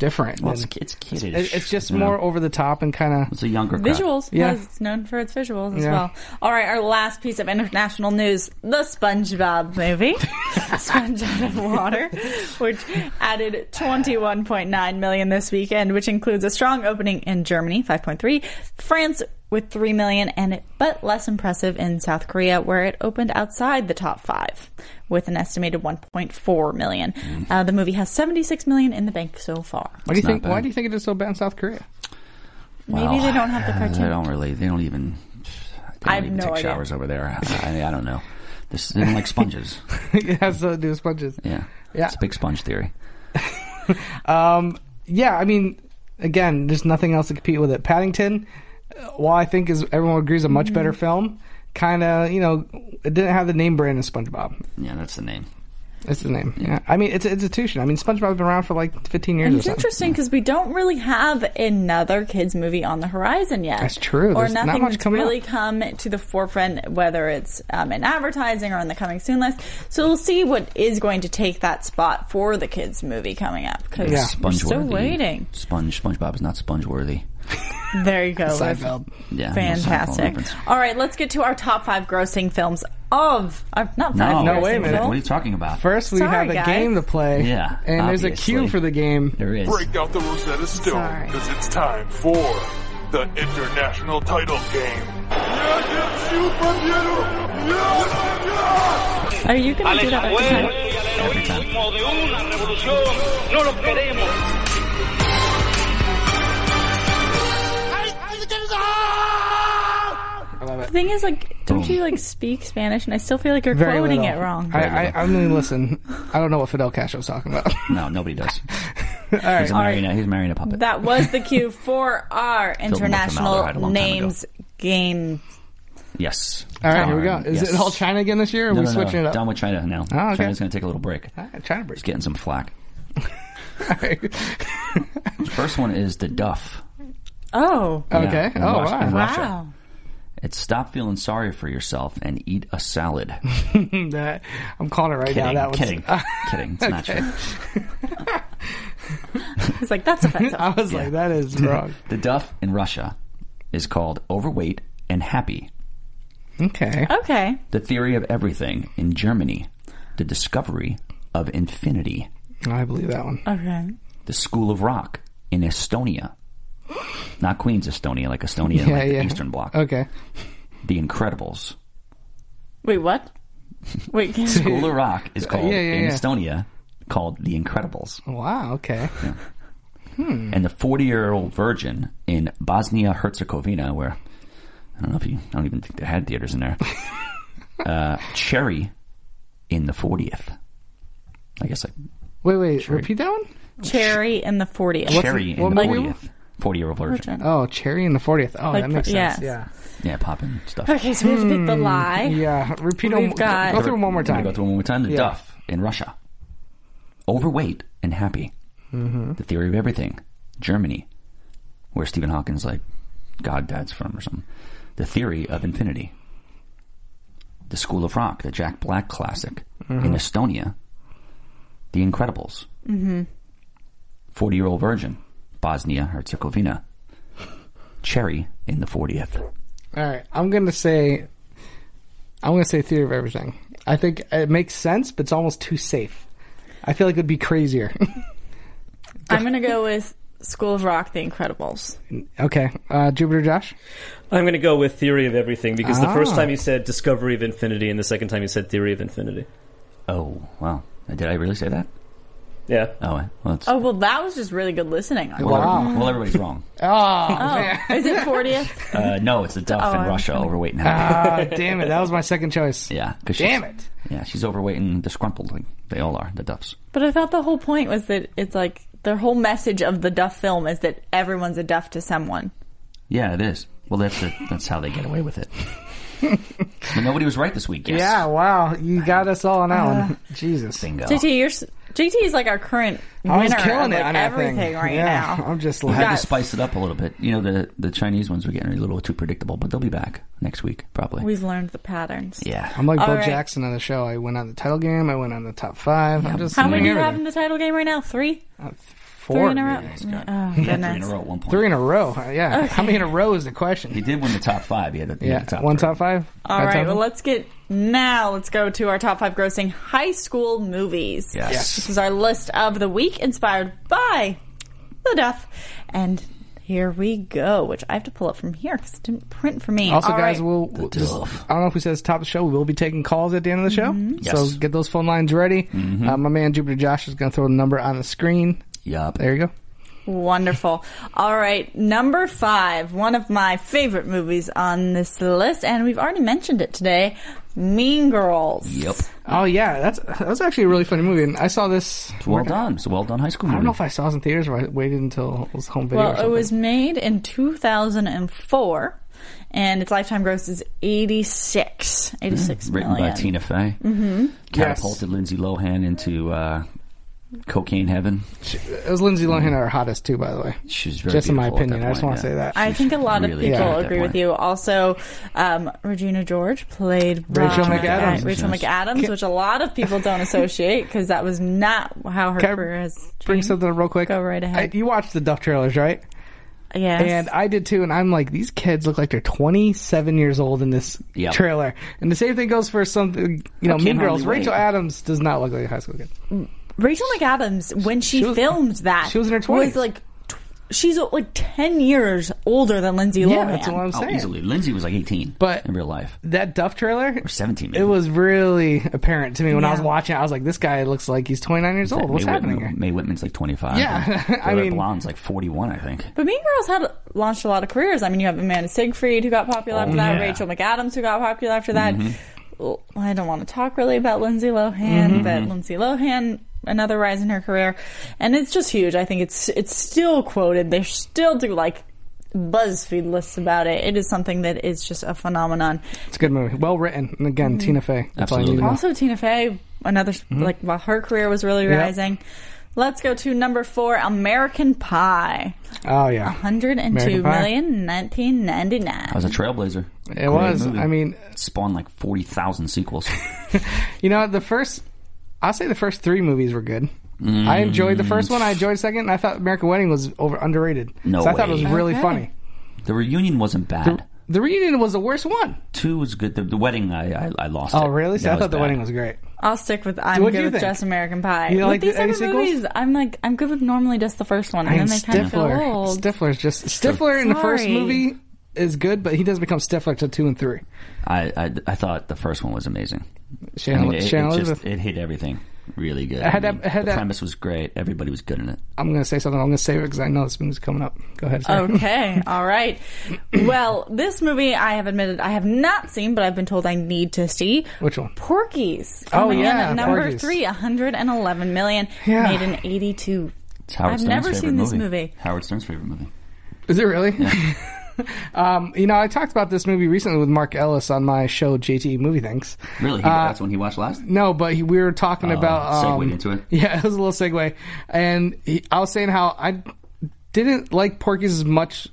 different. Well, it's, than- it's kiddish. it- it's just you know? more over the top and kind of It's a younger crowd. Visuals. Yeah. Yeah. It's known for its visuals as Yeah. well. All right, our last piece of international news the <laughs> SpongeBob movie, Sponge Out of Water, which added 21.9 million this weekend, which includes a strong opening in Germany, 5.3, France with 3 million, and it, but less impressive in South Korea, where it opened outside the top five with an estimated 1.4 million. Mm. Uh, the movie has 76 million in the bank so far. Why do you It's not think? Why bad. do you think it did so bad in South Korea? <laughs> Maybe they don't have the cartoon. Uh, They don't really. They don't even. They I have don't even no take idea. showers <laughs> over there. I, I don't know. This, they don't like sponges. it has to do with sponges. Yeah. Yeah. It's a big sponge theory. yeah, I mean, again, there's nothing else to compete with it. Paddington, uh, while I think is everyone agrees a much Mm-hmm. better film, kind of you know it didn't have the name brand of SpongeBob. Yeah, that's the name. That's the name. Yeah, I mean it's an institution. I mean SpongeBob's been around for like 15 years. And or it's something. interesting because we don't really have another kids movie on the horizon yet. That's true. Or There's not nothing much that's coming really up. come to the forefront, whether it's um, in advertising or on the coming soon list. So we'll see what is going to take that spot for the kids movie coming up because Yeah. we're Sponge still waiting. Sponge. SpongeBob is not sponge worthy. There you go. Liv. Seinfeld. Yeah. no, Seinfeld Fantastic. reference. All right, let's get to our top five grossing films of uh, not five. No, grossing wait a minute. films. What are you talking about? First, we Sorry, have a guys. game to play. Yeah, and there's a obviously. cue for the game. there is. Break out the Rosetta Stone Sorry. because it's time for the international title game. Are you going to do that? every time? y al heroísmo de una revolución. No lo queremos. The thing is, like, don't you like speak Spanish? And I still feel like you're Very quoting little. it wrong. I, I, I mean, listen, I don't know what Fidel Castro's talking about. <laughs> No, nobody does. <laughs> he's, a all right. marionette, he's marrying a puppet. That was the cue <laughs> for our formaldehyde a international long time ago. names game. yes. all right, here we go. Darn, Is yes. it all China again this year? Or are No, we no, <laughs> no. switching it up? Done with China now. Oh, okay. China's going to take a little break. <laughs> All right, China break. It's getting some flack. First one is the Duff. Oh. Okay. in Oh, Rus- wow. in Russia. Wow. It's stop feeling sorry for yourself and eat <laughs> a salad. That- I'm calling it right Kidding, now. That was <laughs> kidding, kidding. It's not true. It's like, that's <laughs> offensive. <laughs> I was like, that is wrong. The Duff in Russia is called overweight and happy. <laughs> Okay. okay. The theory of everything in Germany. The discovery of infinity. I believe that one. Okay. The School of Rock in Estonia. Not Queens Estonia, like Estonia, like the Eastern Bloc. Okay. The Incredibles. Wait, what? <laughs> Wait, can School of Rock is called Uh, yeah, yeah, in yeah. Estonia called The Incredibles. Wow. Okay. and the 40 year old virgin in Bosnia Herzegovina, where I don't know if you, I don't even think they had theaters <laughs> in there. uh, cherry in the 40th. I guess like Wait, wait. Repeat that one. cherry in the 40th. cherry what in the movie? 40th. 40 year old virgin. Oh, cherry in the fortieth. Oh, Like, that makes sense. yes. Yeah. Yeah, popping stuff. Okay, so we have to pick the Hmm. lie. Yeah. Repeat. We've them- got- Go through them one more We're gonna time. Go through one more time. The Yeah. Duff in Russia. Overweight and happy. Mm-hmm. The theory of everything. Germany, where Stephen Hawking's like, God, dad's from or something. The theory of infinity. The School of Rock, the Jack Black classic. Mm-hmm. In Estonia, The Incredibles. 40 year old virgin, Bosnia Herzegovina. Cherry in the 40th. All right. I'm gonna say. I'm gonna say theory of everything. I think it makes sense, but it's almost too safe. I feel like it'd be crazier. <laughs> I'm going to go with School of Rock, The Incredibles. okay. Uh, Jupiter Josh. I'm going to go with theory of everything because the first Ah. time you said discovery of infinity, and the second time you said theory of infinity. Oh, wow. Did I really say that? Yeah. Oh, well, it's. Oh, well, that was just really good listening. <laughs> On Well, Wow. every- well, everybody's wrong. Oh, oh, is it 40th? <laughs> Uh, no, it's the Duff in I'm Russia, sorry. overweight and happy. Uh, damn it! That was my second choice. yeah, 'cause she's- Ah. Damn it! Yeah, she's overweight and disgruntled. Like they all are, the Duffs. But I thought the whole point was that it's like the whole message of the Duff film is that everyone's a Duff to someone. Yeah, it is. Well, that's the, that's how they get <laughs> away with it. but nobody was right this week. Yes. Yeah. Wow. You got us all on that Uh, one. Jesus. Bingo. JT, you're, s- JT is like our current Oh. I was winner killing of it like on that everything thing. right yeah, <laughs> now. I'm just I like, had to Yes. spice it up a little bit. You know, the the Chinese ones were getting a little too predictable, but they'll be back next week probably. We've learned the patterns. yeah. I'm like Bo All right. Jackson on the show. I went on the title game. I went on the top five. I'm just How many do you doing have in the title game right now? Three? Four. Three in a row? Oh, Yeah, three in a goodness. row at one point. Three in a row. Uh, Yeah. How many in a row is the he question? did win the top five. He had the, he Yeah. had the top One three. top five. All Five right, top well, five? let's get now. Let's go to our top five grossing high school movies. Yes. Yes. This is our list of the week inspired by The Duff. And here we go, which I have to pull up from here because it didn't print for me. Also, All guys, right. we'll. The just- Duff. I don't know if we said it's top of the show. We will be taking calls at the end of the show. Mm-hmm. Yes. Mm-hmm. So get those phone lines ready. Uh, my man Jupiter Josh is going to throw the number on the screen. Yup. There you go. Wonderful. All right, number five, one of my favorite movies on this list, and we've already mentioned it today Mean Girls. Yep. Oh yeah, that's that was actually a really funny movie, and I saw this. Well done. It's a well done high school I movie. don't know if I saw this in theaters or I waited until it was home video. or Well, it something. was made in 2004, and its lifetime gross is 86. 86 Mm-hmm. written by million. Tina Fey. Mm-hmm. Catapulted Lindsay Lohan into uh, cocaine heaven. It was Lindsay Lohan our hottest too, by the way. She was very Just in my beautiful at opinion, that I just point, want to yeah. say that. I think a lot really of good people at that agree with point. you. Also, um, Regina George played Rachel by- McAdams. Rachel Yes. McAdams, which a lot of people don't associate because that was not how her Can I career has. Bring changed. something up real quick. Go right ahead. I, you watched the Duff trailers, right? Yes. And I did too, and I'm like, these kids look like they're 27 years old in this Yep. trailer. And the same thing goes for something, you know, can't Mean Girls. hardly Rachel wait. Adams does not look like a high school kid. Rachel McAdams, when she, She was- filmed that, she was in her 20s. Was like, tw- she's uh, like ten years older than Lindsay Yeah, Lohan. that's what I'm Oh, saying. easily. Lindsay was like 18, But- in real life, That Duff trailer, or 17. Maybe. it was really apparent to me when I was Yeah. watching. it. I was like, this guy looks like he's 29 years old. What's May happening Whitman, here? May Whitman's like 25. Yeah, <laughs> and the I other mean- blonde's like 41, I think. But Mean Girls had launched a lot of careers. I mean, you have Amanda Siegfried who got popular Oh, after that, yeah. Rachel McAdams who got popular after that. Mm-hmm. Well, I don't want to talk really about Lindsay Lohan, Mm-hmm. but Lindsay Lohan, another rise in her career, and it's just huge. I think it's it's still quoted. They still do like BuzzFeed lists about it. It is something that is just a phenomenon. It's a good movie. Well written. And again, Mm-hmm. Tina Fey. That's all you need to Absolutely. know. Also, Tina Fey, another like while her career was really Hmm? Yeah. rising. Let's go to number four, American Pie. Oh yeah, American 102 Pie. million, I 1999. was a trailblazer. It it was. I mean, spawned like forty <laughs> thousand sequels. you know, the first. I'll say the first three movies were good. I Mm. enjoyed the first one. I enjoyed the second. And I thought American Wedding was over underrated. No so I thought it way. was really Okay. funny. the reunion wasn't bad. The reunion was the worst one. Two was good. The, the wedding, I, I, I lost. Oh it. really? So That I thought the bad. wedding was great. I'll stick with I'm What'd good you with think? just American Pie. You with like these the- any other sequels? movies, I'm like I'm good with normally just the first one, and And then they kind of feel Stifler. old. Stifler's just Stifler in the first Sorry. movie is good, but he doesn't become Stifler till two and three. I, I, I thought the first one was amazing. I Shannon, mean, it, it Shannon Elizabeth. just it hit everything really good. I had I mean, that- I had the that- premise was great. Everybody was good in it. I'm going to say something. I'm going to save it because I know this movie's coming up. Go ahead. Oh. Sarah. <laughs> Okay, all right. Well, this movie I have admitted I have not seen, but I've been told I need to see. Which one? Porky's. Oh, Coming in yeah, at number Porky's. three, 111 million, Yeah. made in 82. It's Howard I've Stern's never favorite seen this movie. movie. Howard Stern's favorite movie. Is it really? <laughs> um, you know, I talked about this movie recently with Mark Ellis on my show JTE Movie Things. Really? He, that's when he watched last. No, but he, we were talking about um, Uh, segued into it. <laughs> Yeah, it was a little segue, and he, I was saying how I didn't like Porky's as much.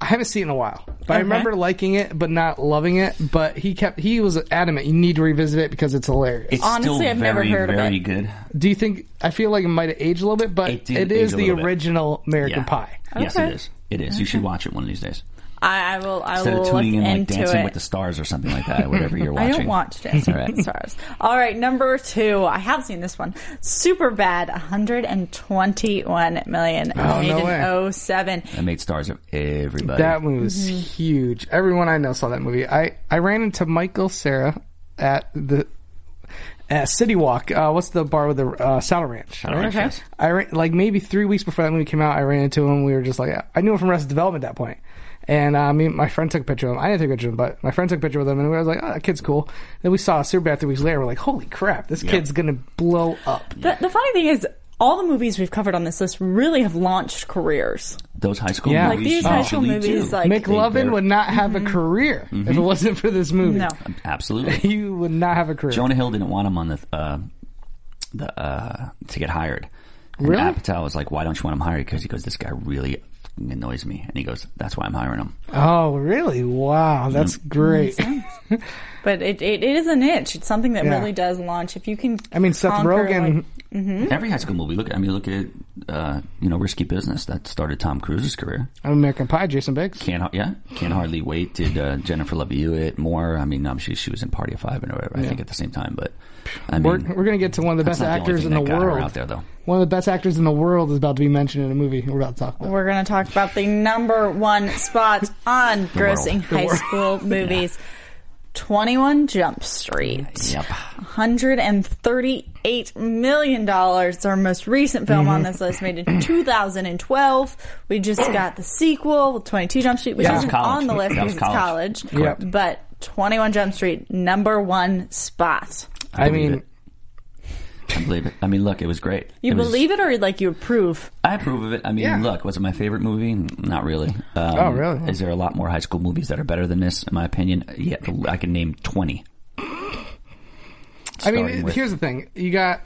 I haven't seen it in a while, but I Okay. remember liking it, but not loving it. But he kept he was adamant. You need to revisit it because it's hilarious. It's Honestly, still I've never very, heard of very it. good. Do you think? I feel like it might have aged a little bit, but It it, it did is age a the little bit. original American Yeah. Pie. Yes, Okay. it is. It is. You should watch it one of these days. I, I will. I Instead will of look tuning in like into Dancing it. with the Stars or something like that, whatever <laughs> you're I watching. don't watch Dancing All with right. the Stars. All right, number two. I have seen this one. Super Bad, 121 million. Oh, made no in way. 07. I made stars of everybody. That movie was Mm-hmm. huge. Everyone I know saw that movie. I, I ran into Michael Sarah at the at City Walk. Uh, what's the bar with the uh, Saddle Ranch? All right, yes. I ran, like maybe three weeks before that movie came out. I ran into him. We were just like I knew him from Arrested Development at that point. And uh, me, my friend took a picture of him. I didn't take a picture of him, but my friend took a picture with him, and we was like, "Oh, that kid's cool." Then we saw Superbad three weeks later. We're like, "Holy crap, this kid's gonna blow up!" The, the funny thing is, all the movies we've covered on this list really have launched careers. Those high school Yeah. Like movies. these high school usually movies, do. like- Mm-hmm. McLovin They- would not have a career if it wasn't for this movie. No. Absolutely. he would not have a career. Jonah Hill didn't want him on the uh, the uh, to get hired. And Really? Apatow was like, "Why don't you want him hired?" Because he goes, "This guy really f***ing annoys me," and he goes, "That's why I'm hiring him." Oh, really? Wow, that's great. Mm, But it, it, it is a niche. It's something that Yeah. really does launch. If you can, I mean, Seth conquer, Rogen. like- Hmm? Every high school movie. Look, I mean, look at uh, you know, Risky Business that started Tom Cruise's career. I'm American Pie. Jason Biggs. Can't yeah, can't hardly wait. Did uh, Jennifer Love Hewitt more? I mean, obviously she was in Party of Five and whatever. I think at the same time, but I mean, We're, we're gonna get to one of the Mm. that's best not actors the in only the thing that got her world. out there though. One of the best actors in the world is about to be mentioned in a movie. We're about to talk about. we're going to talk about the number one spot on grossing world. The high school movies 21 Jump Street. Yep. $138 million. It's our most recent film on this list, made in 2012. We just got the sequel, 22 Jump Street, which That was isn't college. on the list That because was it's college. Correct. Yep. But 21 Jump Street, number one spot. I, believe mean, it. I believe it. I mean, look, it was great. You was- believe it or like you approve? I approve of it. I mean, Yeah. look, was it my favorite movie? Not really. Um, Oh, really? Is there a lot more high school movies that are better than this? In my opinion, yeah, I can name twenty. I mean, Starting it- with- here's the thing. You got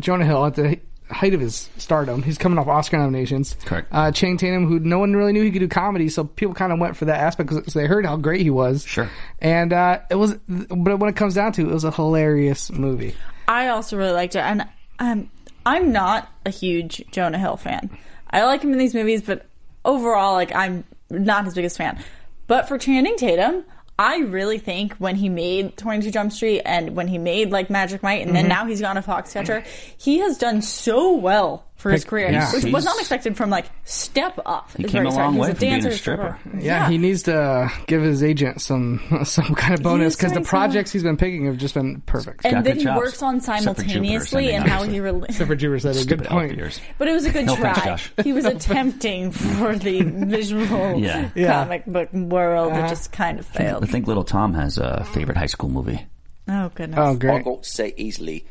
Jonah Hill at the height of his stardom. He's coming off Oscar nominations. Correct. Uh, Channing Tatum, who no one really knew he could do comedy, so people kind of went for that aspect because they heard how great he was. Sure. And uh, it was, but when it comes down to, it it was a hilarious movie. I also really liked it, and um, I'm not a huge Jonah Hill fan. I like him in these movies, but overall, like I'm not his biggest fan. But for Channing Tatum, I really think when he made 22 Jump Street and when he made like Magic Mike, and Mm-hmm. then now he's gone to Foxcatcher, he has done so well for his Pick- career, yeah. which was He's- not expected from like Step Up. He is came where a started. long He was way from being a stripper. stripper. Yeah, he needs to give his agent some <laughs> some kind of bonus needs to because the make some- projects he's been picking have just been perfect. Got and then good he chops. works on Except for Jupiter, simultaneously sending and how obviously. he relates. Except for Jewer said a good Stupid point. elf ears. But it was a good <laughs> No try. offense, Josh. He was attempting for the visual <laughs> Yeah. Yeah. Uh, comic book world that just kind of I failed. think Little Tom has a favorite high school movie. Oh goodness. Oh, I great. got to say easily,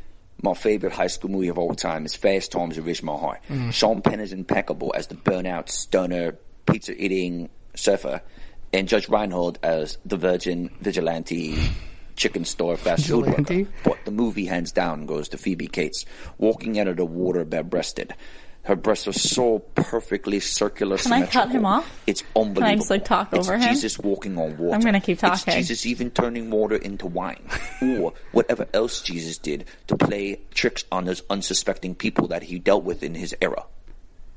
my favourite high school movie of all time is Fast Times at Ridgemont High. Sean Penn is impeccable as the burnout, stoner, pizza eating surfer, and Judge Reinhold as the virgin vigilante chicken store fast food Vigilante? worker. But the movie, hands down, goes to Phoebe Cates, walking out of the water bare breasted. Her breasts are so perfectly circular. Can I cut symmetrical. him off? It's unbelievable. just, like, talk It's over him? Jesus walking on water. I'm gonna keep It's talking. Jesus even turning water into wine, or whatever else Jesus did to play tricks on those unsuspecting people that he dealt with in his era.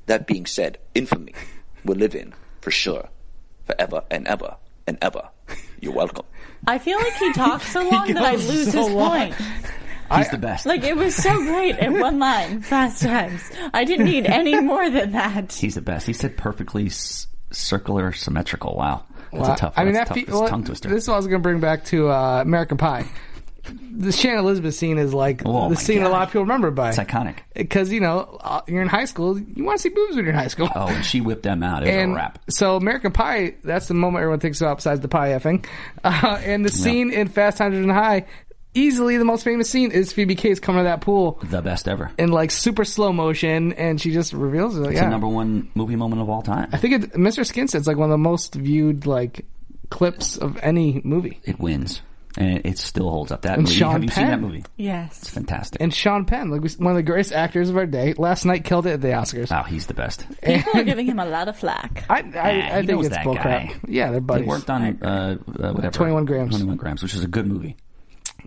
That being said, infamy will live in for sure, forever and ever and ever. You're welcome. I feel like he <laughs> talks so long that I goes lose so his long. point. He's the best. Like it was so great in <laughs> one line, fast times. I didn't need any more than that. He's the best. He said perfectly s- circular, symmetrical. Wow, that's Wow. a tough. I mean, that's that tough. fe- That's a well, tongue twister. This is what I was going to bring back to uh, American Pie. The Shannon Elizabeth scene is like Oh, the my scene a God. lot of people remember by. it's iconic. Because, you know, uh, you're in high school, you want to see boobs when you're in high school. Oh, and she whipped them out. It was and a wrap. so American Pie, that's the moment everyone thinks about besides the pie effing. <laughs> Uh, and the scene in Fast Times and High, easily the most famous scene is Phoebe Cates coming to that pool The best ever. in like super slow motion and she just reveals it. It's yeah. the number one movie moment of all time. I think it, Mr. Skin said it's like one of the most viewed like clips of any movie. It wins, and it, it still holds up. That And movie. Sean Have you seen Penn. that movie? Yes. Fantastic. And Sean Penn, like we- one of the greatest actors of our day, last night killed it at the Oscars. Wow, he's the best. People are giving him a lot of flack. I, I, Ah, I he think knows it's that bullcrap. guy. Yeah, they're They buddies. worked on uh, uh, whatever. 21 grams. 21 grams, which is a good movie.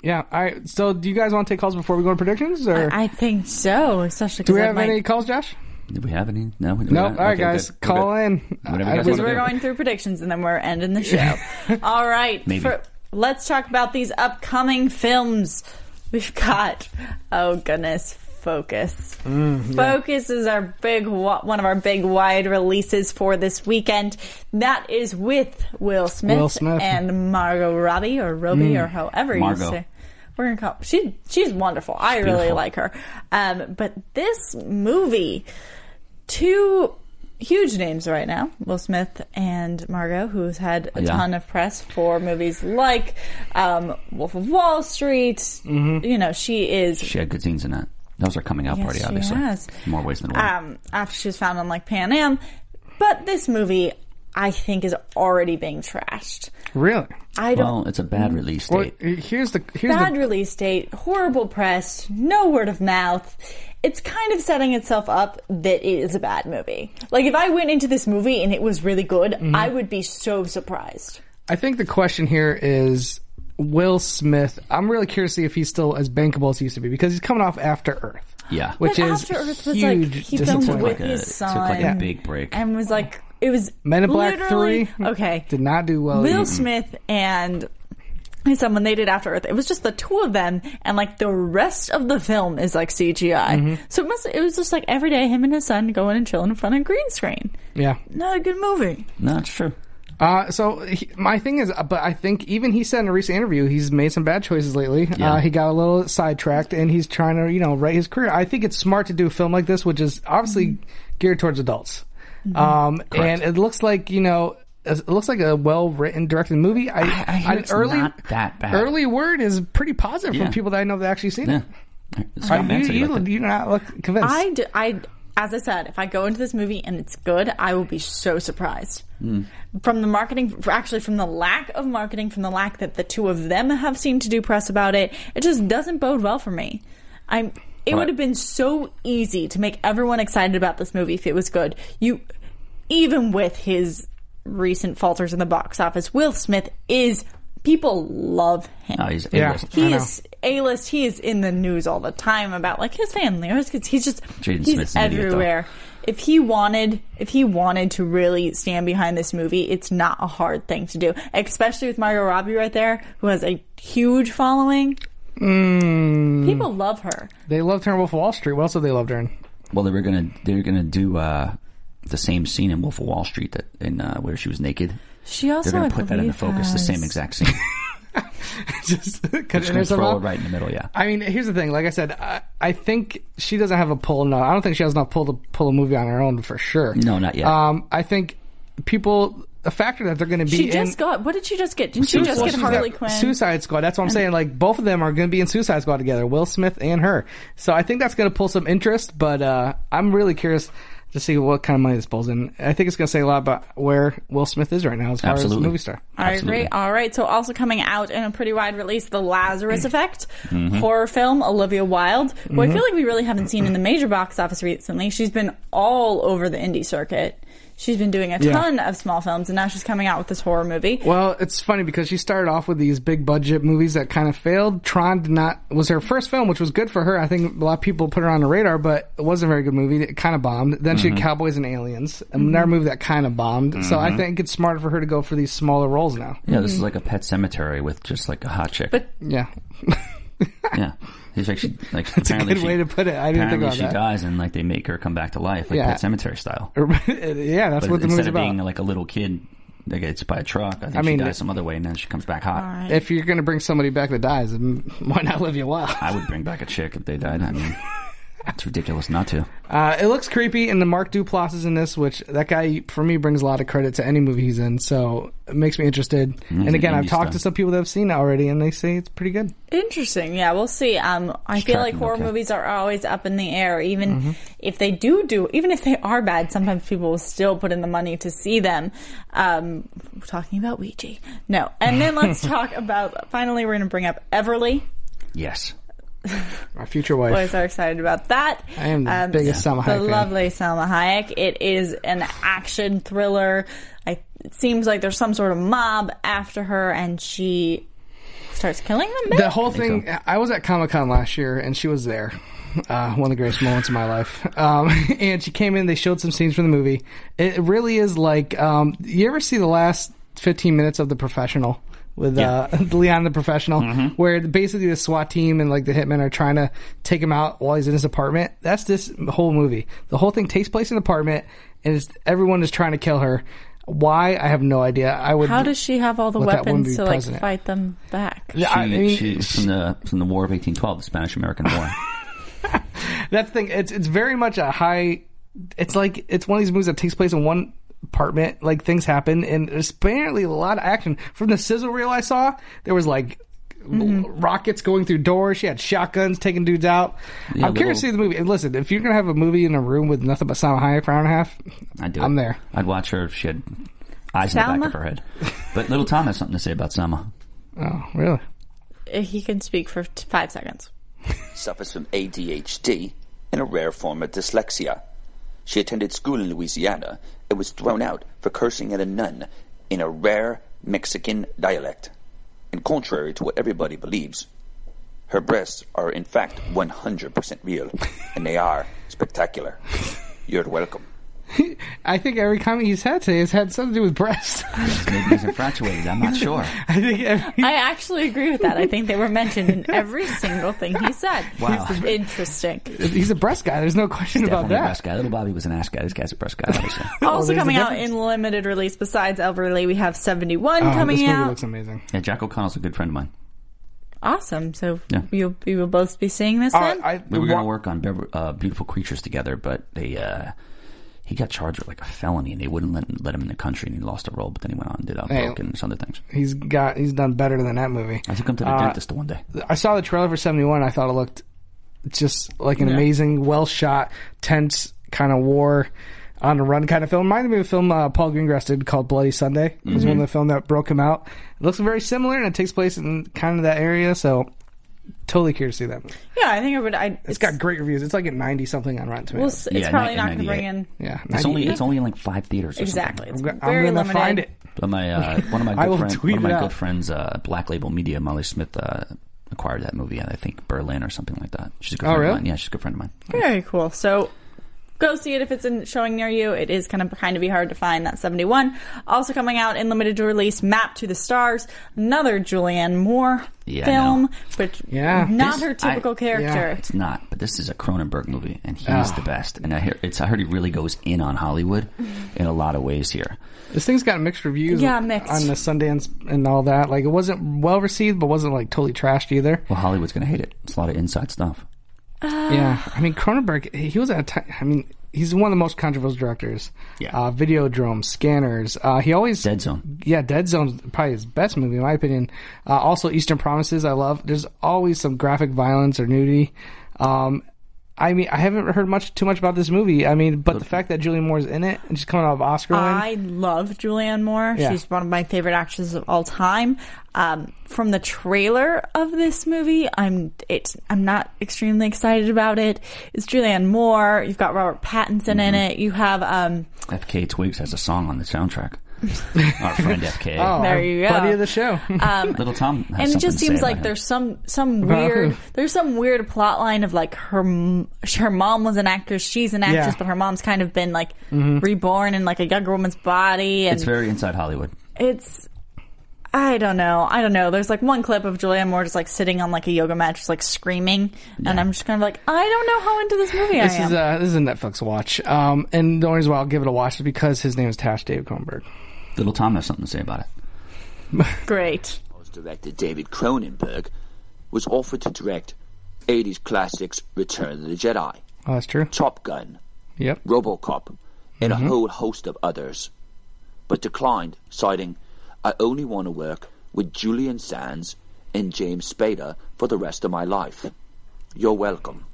Yeah. All right. So, do you guys want to take calls before we go to predictions, or I think so, especially do because we I have might. any calls, Josh? Did we have any? No. we don't. No. All right, Okay, guys, good. We're call good. in. Whatever I- you guys want we- to We're do. going through predictions and then we're ending <laughs> the show. All right. Maybe. let's talk about these upcoming films. We've got, oh goodness, Focus. Mm, Focus is our big, wa- one of our big wide releases for this weekend. That is with Will Smith, Will Smith. Mm. and Margot Robbie or Robbie or however Margot. you say. We're gonna call she. She's wonderful. I really beautiful. like her. Um, but this movie, two huge names right now Will Smith and Margot, who's had a Yeah. ton of press for movies like um, Wolf of Wall Street. You know, she is. She had good scenes in that. That was her coming out Yes, party, she obviously. has. More ways than one. um, after she was found on like Pan Am. But this movie, I think, is already being trashed. Really? I don't. well, it's a bad release date. Well, here's the here's bad the release date, horrible press, no word of mouth. It's kind of setting itself up that it is a bad movie. Like if I went into this movie and it was really good, I would be so surprised. I think the question here is Will Smith. I'm really curious to see if he's still as bankable as he used to be because he's coming off After Earth. Yeah. Which But is After Earth was like huge he took filmed disappointment. with like a, his It took like son. a big break. and was like it was Men in Black literally- Three. Okay, Did not do well. Will either. Smith and someone they did after Earth. It was just the two of them, and like the rest of the film is like CGI. Mm-hmm. So it must. It was just like every day, him and his son going and chilling in front of a green screen. Yeah. Not a good movie. no, it's true. Uh, so he, my thing is, uh, but I think even he said in a recent interview he's made some bad choices lately. Yeah. Uh, he got a little sidetracked, and he's trying to you know right his career. I think it's smart to do a film like this, which is obviously Mm-hmm. geared towards adults. Um, and it looks like you know it looks like a well written directed movie. I, I hear an it's not that bad. Early word is pretty positive Yeah. from people that I know that actually seen Yeah. it. Scott You, Mann said he you, liked it. you not look convinced. I, do, I, as I said, if I go into this movie and it's good, I will be so surprised. Hmm. From the marketing, actually, from the lack of marketing, from the lack that the two of them have seemed to do press about it, it just doesn't bode well for me. I'm. It Right. would have been so easy to make everyone excited about this movie if it was good. You, even with his recent falters in the box office, Will Smith is. People love him No, Oh, he's Yeah. A-list. I he know. is a list. He is in the news all the time about like his family or his kids. He's just Jaden he's Smith's an idiot, everywhere. if he wanted, if he wanted to really stand behind this movie, it's not a hard thing to do. Especially with Margot Robbie right there, who has a huge following. Mm. People love her. they loved her in Wolf of Wall Street. What else did they love her <laughs> in? Well, they were gonna they were gonna do uh, the same scene in Wolf of Wall Street that in uh, where she was naked. She also They're gonna I put that in the believe, focus, the has- same exact scene. <laughs> Just cut Just in gonna there somehow. throw it right in the middle. Yeah. I mean, here's the thing. Like I said, I, I think she doesn't have a pull. No, I don't think she has enough pull to pull a movie on her own for sure. No, not yet. Um, I think people a factor that they're going to be She in. just got. What did she just get? Didn't she Suicide just get Squad. Harley Yeah, Quinn? Suicide Squad. That's what I'm saying. Like both of them are going to be in Suicide Squad together, Will Smith and her. So I think that's going to pull some interest. But uh, I'm really curious. to see what kind of money this pulls in. I think it's going to say a lot about where Will Smith is right now as far as Absolutely. movie star. I Absolutely. agree. All right. So also coming out in a pretty wide release, The Lazarus Effect, horror film, Olivia Wilde, who I feel like we really haven't seen in the major box office recently. She's been all over the indie circuit. She's been doing a Yeah. ton of small films, and now she's coming out with this horror movie. Well, it's funny because she started off with these big budget movies that kind of failed. Tron did not was her first film, which was good for her. I think a lot of people put her on the radar, but it wasn't a very good movie. It kind of bombed. Then she Mm-hmm. had Cowboys and Aliens, another movie that kind of bombed. So I think it's smarter for her to go for these smaller roles now. Yeah, this is like a pet cemetery with just like a hot chick. But Yeah, yeah, <laughs> it's actually like a apparently good she- way to put it. I didn't think apparently about she that. dies and like they make her come back to life, like Yeah. pet cemetery style. <laughs> yeah, that's But what the instead movie's of about. being like a little kid that gets by a truck, I think mean, she it- dies some other way and then she comes back hot. if you're going to bring somebody back that dies, then <laughs> why not live your while? I would bring back a chick if they died. I <laughs> mean, it's ridiculous not to. Uh, it looks creepy, and the Mark Duplass is in this, which that guy for me brings a lot of credit to any movie he's in, so it makes me interested. and an again, I've indie talked star. to some people that have seen it already, and they say it's pretty good. Interesting. Yeah, we'll see. Um, I feel like tracking horror okay. movies are always up in the air. Even Mm-hmm. if they do do, even if they are bad, sometimes people will still put in the money to see them. Um, we're talking about Ouija. No. And <laughs> then let's talk about, finally, we're going to bring up Everly. Yes. My future wife. Boys are excited about that. Um, I am the biggest Salma The Hayek fan. lovely Selma Hayek. It is an action thriller. I, it seems like there's some sort of mob after her, and she starts killing them. the whole thing. I was at Comic Con last year, and she was there. Uh, one of the greatest moments of my life. Um, <laughs> and she came in. They showed some scenes from the movie. It really is like um, you ever see the last fifteen minutes of The Professional with uh, <laughs> Leon the Professional, where basically the SWAT team and like the hitmen are trying to take him out while he's in his apartment. That's this whole movie. The whole thing takes place in an apartment, and it's, everyone is trying to kill her. Why I have no idea. I would. How does she have all the Let that woman weapons be to like president. fight them back? She, I mean- she- from the from the War of 1812, the Spanish American <laughs> War. That's the thing. It's it's very much a high. It's like it's one of these movies that takes place in one apartment. Like things happen, and there's apparently a lot of action. From the sizzle reel I saw, there was like Mm-hmm. rockets going through doors. She had shotguns taking dudes out. I'm curious to see the movie. And listen, if you're gonna have a movie in a room with nothing but Salma Hayek for an hour and a half, I'd do it. I'm there. I'd watch her if she had eyes in Salma? the back of her head. But little Tom has something to say about Selma. Oh, really? He can speak for t- five seconds. suffers from ADHD and a rare form of dyslexia. She attended school in Louisiana and was thrown out for cursing at a nun in a rare Mexican dialect. And contrary to what everybody believes, her breasts are in fact 100% real, and they are spectacular. You're welcome. I think every comment he's had today has had something to do with breasts. <laughs> Maybe he's infatuated. I'm not sure. I think every, I actually agree with that. I think they were mentioned <laughs> in every single thing he said. Wow. <laughs> Interesting. he's a breast guy. There's no question about Definitely a that. breast guy. Little Bobby was an ass guy. This guy's a breast guy, <laughs> obviously. Also there's coming a out difference. in limited release besides Elverly, we have 71 Oh, coming this movie out. looks amazing. yeah, Jack O'Connell's a good friend of mine. awesome. So Yeah. you'll, you will both be seeing this then? I- I- We were going to work on Bever- uh, Beautiful Creatures together, but they uh, he got charged with like a felony, and they wouldn't let let him in the country, and he lost a role. But then he went on and did Outbrook and some other things. he's got he's done better than that movie. I took him to uh, the dentist one day. I saw the trailer for 71. I thought it looked just like an amazing, well shot, tense kind of war on the run kind of film. Reminded me of a film uh, Paul Greengrass did called Bloody Sunday. It was Mm-hmm. one of the film that broke him out. It looks very similar and it takes place in kind of that area. So totally curious to see that. yeah, I think I would. I, it's, It's got great reviews. It's like at 90 something on Rotten Well, Tomatoes. it's, it's Yeah, probably not not in going to bring 98. in. yeah, It's 90 only it's only in like five theaters. Or Exactly. It's I'm very gonna limited. find it. Something. But my <laughs> uh, one of my I will good friends, tweet one of my it out. good friends, uh, Black Label Media, Molly Smith. Uh, Acquired that movie at I think Berlin or something like that. She's a good Oh, friend really? of mine. Yeah, she's a good friend of mine. Very cool. So go see it if it's in showing near you. It is kind of kind of be hard to find that 71. Also coming out in limited release, Map to the Stars, another Julianne Moore Yeah, I know. film, but Yeah. not This- her typical I- character. It's not, but this is a Cronenberg movie, and he's the best. And I hear it's I heard he really goes in on Hollywood Mm-hmm. in a lot of ways here. This thing's got mixed reviews Yeah, mixed. on the Sundance and all that. Like, it wasn't well received, but wasn't like totally trashed either. Well, Hollywood's going to hate it. It's a lot of inside stuff. Yeah, I mean Cronenberg. He was at a time. I mean, he's one of the most controversial directors. Yeah. Uh, Videodrome, Scanners. Uh, he always Dead Zone. yeah, Dead Zone's probably his best movie in my opinion. Uh, also, Eastern Promises. I love. There's always some graphic violence or nudity. Um, I mean, I haven't heard much too much about this movie. I mean, but the fact that Julian Moore's in it and she's coming out of Oscar win, I love Julianne Moore. Yeah. She's one of my favorite actresses of all time. Um, from the trailer of this movie, I'm it's I'm not extremely excited about it. It's Julianne Moore. You've got Robert Pattinson Mm-hmm. in it. You have um, FK Twigs has a song on <laughs> the soundtrack. Our friend FK. Oh, There our you go. buddy of the show. Little Tom. Has and it something just to say seems about like him. there's some <laughs> some weird there's some weird plot line of like her m- her mom was an actress, she's an actress, Yeah. Mm-hmm. but her mom's kind of been like reborn in like a younger woman's body, and It's very inside Hollywood. it's I don't know. I don't know. There's like one clip of Julianne Moore just like sitting on like a yoga mat, just like screaming, and I'm just kind of like, I don't know how into this <laughs> movie this I am. is a this is a Netflix watch, um, and the only reason why I'll give it a watch is because his name is Tash Dave Kronberg. Little Tom has something to say about it. Great. Wars director David Cronenberg was offered to direct 80s classics Return of the Jedi, Oh, that's true. Top Gun, Yep. Robocop, and a whole host of others, but declined, citing, I only want to work with Julian Sands and James Spader for the rest of my life. You're welcome.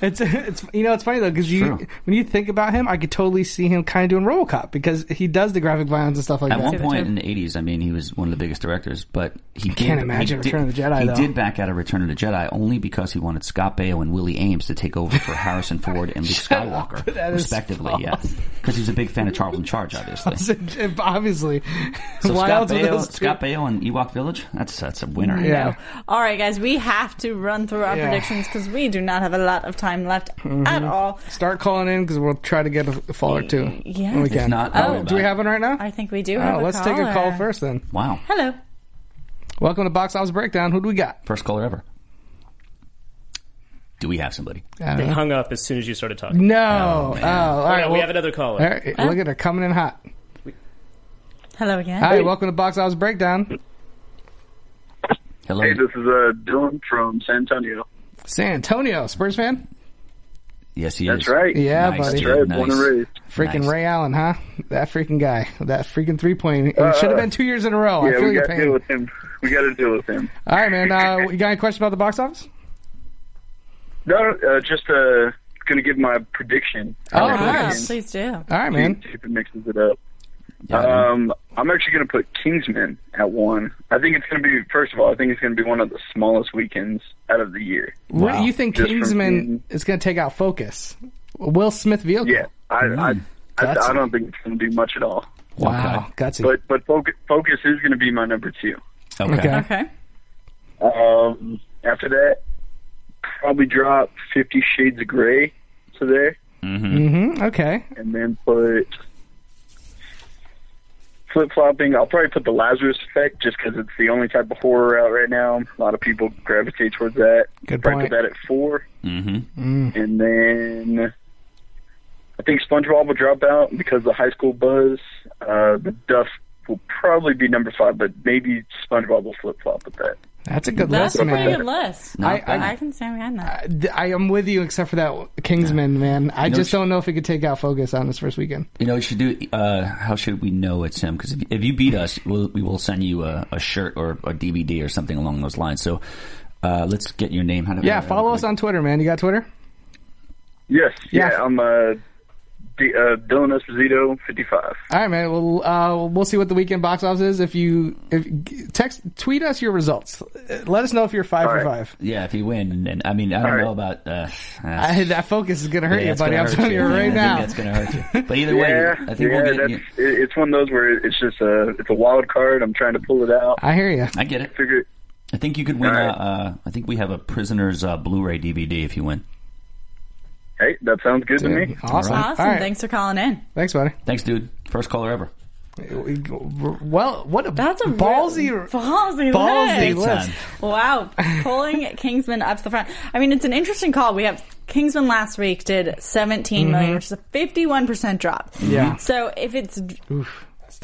It's it's you know it's funny though because you True. when you think about him, I could totally see him kind of doing RoboCop because he does the graphic violence and stuff like At that. <laughs> one point in the 80s, I mean, he was one of the biggest directors, but he did, can't imagine he did- Return of the Jedi, He though. did back out of Return of the Jedi only because he wanted Scott Baio and Willie Ames to take over <laughs> for Harrison Ford and Luke Skywalker, That is respectively. Yeah, because he was a big fan of Charles in <laughs> Charge, obviously. so Obviously, Scott, what else would Baio, those two- Scott Baio and Ewok Village. That's that's a winner. Yeah. All right, guys, we have to run through our Yeah. Mm-hmm. predictions because we do not have a lot of time left at all. Start calling in because we'll try to get a a fall or two. Yeah. when we If can. not, oh, don't worry do we about it. have one right now? I think we do. Oh, Have let's take a call first then. Wow, Hello. Welcome to Box Office Breakdown. Who do we got? first caller ever. Do we have somebody? I don't They know. hung up as soon as you started talking. No. Oh, all Oh, right. no, we well- have another caller. All right, look at her coming in hot. Hello again. Hi, welcome to Box Office Breakdown. Hello. is uh, Dylan from San Antonio. San Antonio, Spurs fan? yes, he is. Yeah, Nice, buddy. dude, nice. Freaking Nice. Ray Allen, huh? That freaking guy. That freaking three point. Uh, It should have been two years in a row. I feel your pain. him. We got to deal with him. All right, man. Uh, you got any question about the box office? No, uh, just uh, going to give my prediction. Oh, Yeah, nice. Please do. All right, man. See if it mixes it up. Yeah, man. Um, I'm actually going to put Kingsman at one. I think it's going to be, first of all, I think it's going to be one of the smallest weekends out of the year. What do you think Just from Kingsman seeing- is going to take out Focus? Will Smith vehicle? Yeah, I, I, I, That's- I don't think it's going to do much at all. Wow, gutsy. But but focus, focus is going to be my number two. okay. okay. Okay. Um, after that, probably drop Fifty Shades of Grey to there, Mm-hmm. Okay. and then put flip flopping. I'll probably put the Lazarus Effect just because it's the only type of horror out right now. A lot of people gravitate towards that. Good probably point. put that at 4 Mhm. and then. I think SpongeBob will drop out because of the high school buzz. Uh, the Duff will probably be number five, but maybe SpongeBob will flip flop with that. That's a good That's a list, pretty man. good list. Not I- bad. I can stand behind that. D- I am with you, except for that Kingsman, man. I know just what don't know if it could take out Focus on this first weekend. You know, what you should do. Uh, how should we know it's him? Because if, if you beat us, we'll, we will send you a, a shirt or a DVD or something along those lines. So uh, let's get your name. How do Yeah, follow us on Twitter, man. You got Twitter? Yes. Yeah. Yeah. I'm uh, D- uh, Dylan Esposito, 55. All right, man. We'll uh, we'll see what the weekend box office is. If you if g- text tweet us your results, Uh, let us know if you're five for right. five. Yeah, if you win, and, and I mean, I don't All know right. about. Uh, uh, I, that focus is gonna hurt yeah, you, it's buddy. gonna I'm hurt telling you I right think now. that's gonna hurt you. But either Yeah, way, I think yeah, we'll get. that's, You, it- it's one of those where it's just a it's a wild card. I'm trying to pull it out. I hear you. I get it. Figure it. I think you could win. All right. A, uh, I think we have a Prisoners uh, Blu-ray DVD if you win. Hey, that sounds good to me. Awesome. All right. Awesome. Thanks for calling in. Thanks, buddy. Thanks, dude. First caller ever. Well, what a That's a ballsy. real- ballsy, ballsy list. list. Wow, pulling Kingsman up to the front. I mean, it's an interesting call. We have Kingsman last week did seventeen million, which is a fifty-one percent drop. Yeah. So if it's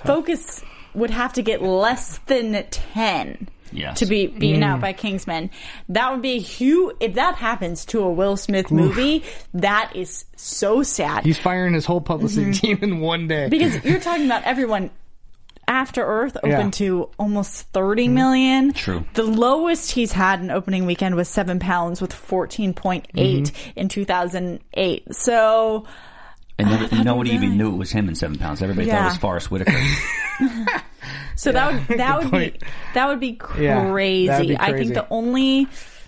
focus would have to get less than ten. Yes. To be beaten out by Kingsman, that would be a huge. If that happens to a Will Smith movie, that is so sad Mm-hmm. He's firing his whole publicity team in one day. because you're talking about everyone After Earth opened Yeah. Mm-hmm. to almost thirty million. True. The lowest he's had an opening weekend was seven pounds with fourteen Mm-hmm. in two thousand eight. So And never, how nobody did I? even knew it was him in seven pounds. Everybody thought Yeah. it was Forrest Whitaker. So <laughs> that would that would point. be that would be Yeah, crazy. that'd be I think crazy. the only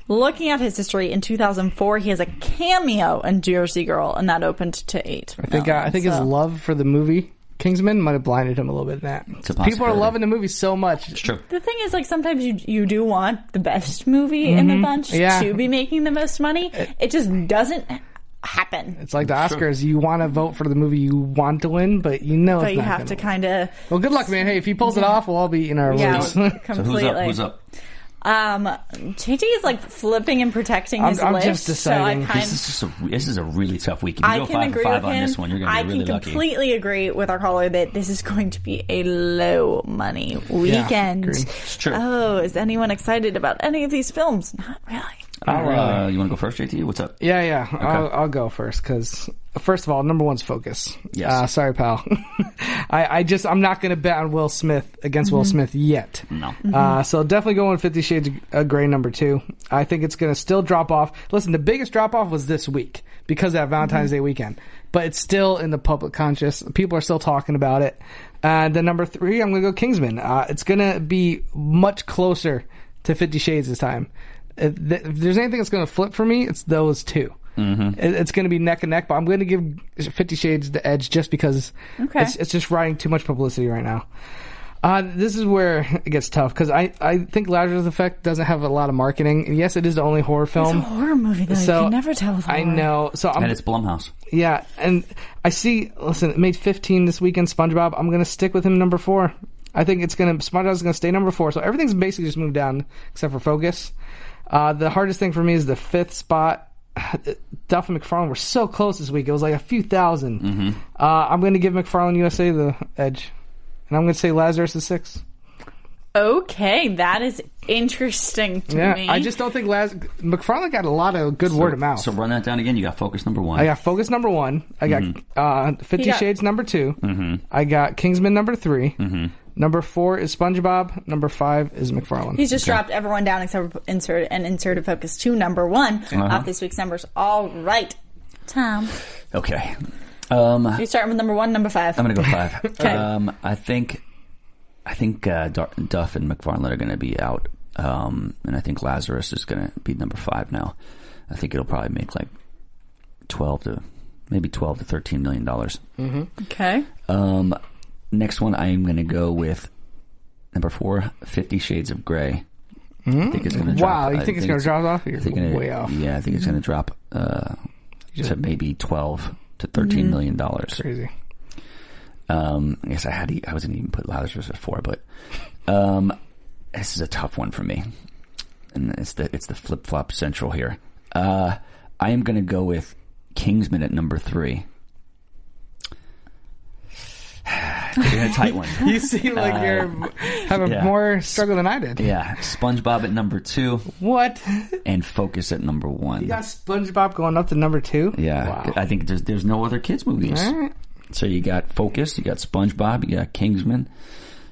looking at his history in 2004, he has a cameo in Jersey Girl, and that opened to eight. I think uh, I think his so- love for the movie Kingsman might have blinded him a little bit. In that a people are possibility. loving the movie so much. <laughs> True. The thing is, like sometimes you you do want the best movie in the bunch Mm-hmm. Yeah. to be making the most money. It just doesn't happen. It's like the Oscars. You want to vote for the movie you want to win, but you know But it's you not have to gonna win. kind of Well, good luck, man. Hey, if he pulls it off, we'll all be in our <laughs> yeah, rows. So completely. who's up? Who's up? Um, JT is like flipping and protecting I'm- his I'm list. just deciding. So I kind This is just a this is a really tough week. If you I go can five and agree five with on him. this one, you're going I to be really can lucky. completely agree with our caller that this is going to be a low money weekend. agree. It's true. Oh, is anyone excited about any of these films? Not really. Uh, you want to go first, JT? What's up? Yeah, yeah. I'll, I'll go first because first of all, number one's focus. Yes. Uh, sorry, pal. <laughs> I, I just I'm not going to bet on Will Smith against Mm-hmm. Will Smith yet. No. Uh, so definitely going Fifty Shades of uh, Grey number two. I think it's going to still drop off. Listen, the biggest drop off was this week because of that Valentine's Day weekend, but it's still in the public conscious. People are still talking about it. And then number three, I'm going to go Kingsman. Uh, it's going to be much closer to Fifty Shades this time. If, th- if there's anything that's going to flip for me, it's those 2 Mm-hmm. it's going to be neck and neck, but I'm going to give Fifty Shades the edge just because Okay. it's, it's just riding too much publicity right now. Uh, this is where <laughs> it gets tough because I, I think Lazarus Effect doesn't have a lot of marketing. And yes, it is the only horror film. It's a horror movie, though. Oh. So you can never tell with horror. I know. So I'm And it's Blumhouse. yeah, and I see. Listen, it made 15 this weekend. SpongeBob. I'm gonna stick with him number four. I think it's gonna SpongeBob's gonna stay number four. So everything's basically just moved down except for Focus. Uh, the hardest thing for me is the fifth spot. <sighs> Duff and McFarlane were so close this week. It was like a few 1000 Uh, I'm gonna give McFarlane USA the edge, and I'm gonna say Lazarus is six. Okay, that is interesting to Yeah, me. I just don't think Laz McFarlane got a lot of good word of mouth. Oh, So run that down again. You got focus number one. I got Focus number one. I got Mm-hmm. uh, Fifty He got- Shades number 2 Mm-hmm. I got Kingsman number 3 Mm-hmm. Number four is SpongeBob. Number five is McFarlane. He's just dropped everyone down except for insert and inserted focus to number one Uh-huh. off this week's numbers. All right, Tom, okay. Um, you start with number one, number five. I'm gonna go <laughs> five. um, I think, I think uh, Dar- Duff and McFarland are gonna be out, um, and I think Lazarus is gonna be number five now. I think it'll probably make like twelve to maybe twelve to thirteen million dollars. okay, Um, next one, I am gonna go with number four, Fifty Shades of Grey. I think it's gonna Hmm. Wow, drop. you I think it's gonna drop off? You're I think gonna- way off. Hmm. Yeah, I think it's gonna drop uh, to maybe twelve to Hmm. thirteen million dollars. Crazy. Um, I guess I had I wasn't even put Lazarus at four, but um, this is a tough one for me, and it's the it's the flip flop central here. Uh, I am going to go with Kingsman at number three. <sighs> You're in a tight one. You seem like you're having Uh, yeah. more struggle than I did. Yeah, SpongeBob at number two <laughs> What? and Focus at number one. You got SpongeBob going up to number two? yeah, Wow. I think there's there's no other kids movies. All right. So you got Focus, you got SpongeBob, you got Kingsman,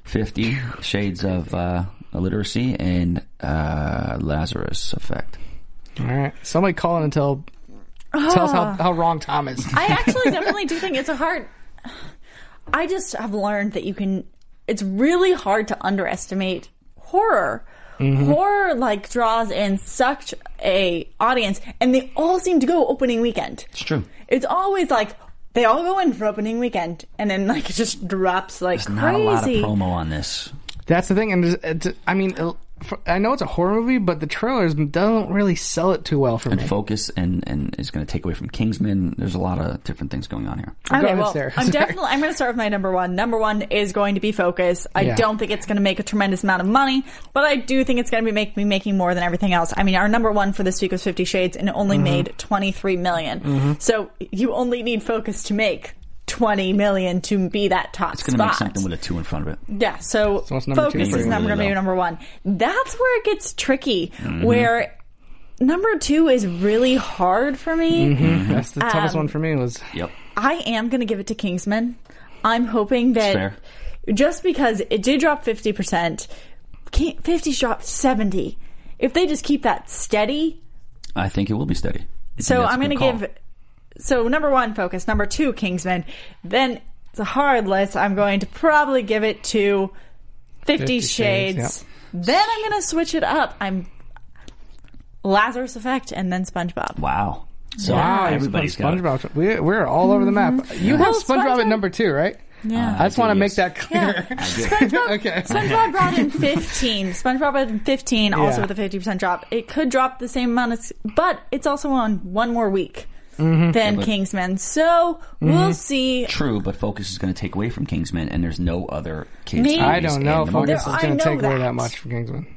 Fifty Shades of uh, Illiteracy, and uh, Lazarus Effect. All right. Somebody call in and tell, tell us how, how wrong Tom <laughs> is. <laughs> I actually definitely do think it's a hard. I just have learned that you can. It's really hard to underestimate horror. Mm-hmm. Horror like draws in such a audience, and they all seem to go opening weekend. It's true. It's always like they all go in for opening weekend, and then like it just drops like There's crazy. not a lot of promo on this. That's the thing. And there's- it's, I mean, uh, for- I know it's a horror movie, but the trailers don't really sell it too well for me. Focus and and is going to take away from Kingsman. There's a lot of different things going on here. Go Okay, ahead, well, Sarah. Sorry. I'm definitely I'm going to start with my number one. Number one is going to be Focus. I Yeah. don't think it's going to make a tremendous amount of money, but I do think it's going to be make me making more than everything else. I mean, our number one for this week was Fifty Shades, and it only Mm-hmm. made 23 million. So you only need Focus to make 20 million to be that top It's spot. going to make something with a two in front of it. Yeah, so, what's number two focus for is you? number Really low. number one. That's where it gets tricky. Mm-hmm. Where number two is really hard for me. That's the Um, toughest one for me was Yep. I am going to give it to Kingsman. I'm hoping that fair. just because it did drop 50%, can't, 50's dropped 70. If they just keep that steady, I think it will be steady. so That's a I'm going good to call. give. So number one, focus. Number two, Kingsman. Then it's a hard list. I'm going to probably give it to Fifty, Fifty Shades, Shades. Then I'm going to switch it up. I'm Lazarus Effect and then SpongeBob. <laughs> Wow. So Wow, you everybody's put got it. SpongeBob. We, we're all over the map. You have Mm-hmm. Well, SpongeBob at SpongeBob- number two, right? Yeah. I just want to do, make yes. that clear. Yeah. SpongeBob, Okay. SpongeBob brought in 15. SpongeBob brought in 15, also Yeah. with a 50% drop. It could drop the same amount, as, but it's also on one more week than Kingsman. So we'll see. True, but Focus is going to take away from Kingsman, and there's no other kids. Maybe- movies I don't know in if the market. Focus There- is I going to know take away that. that much from Kingsman.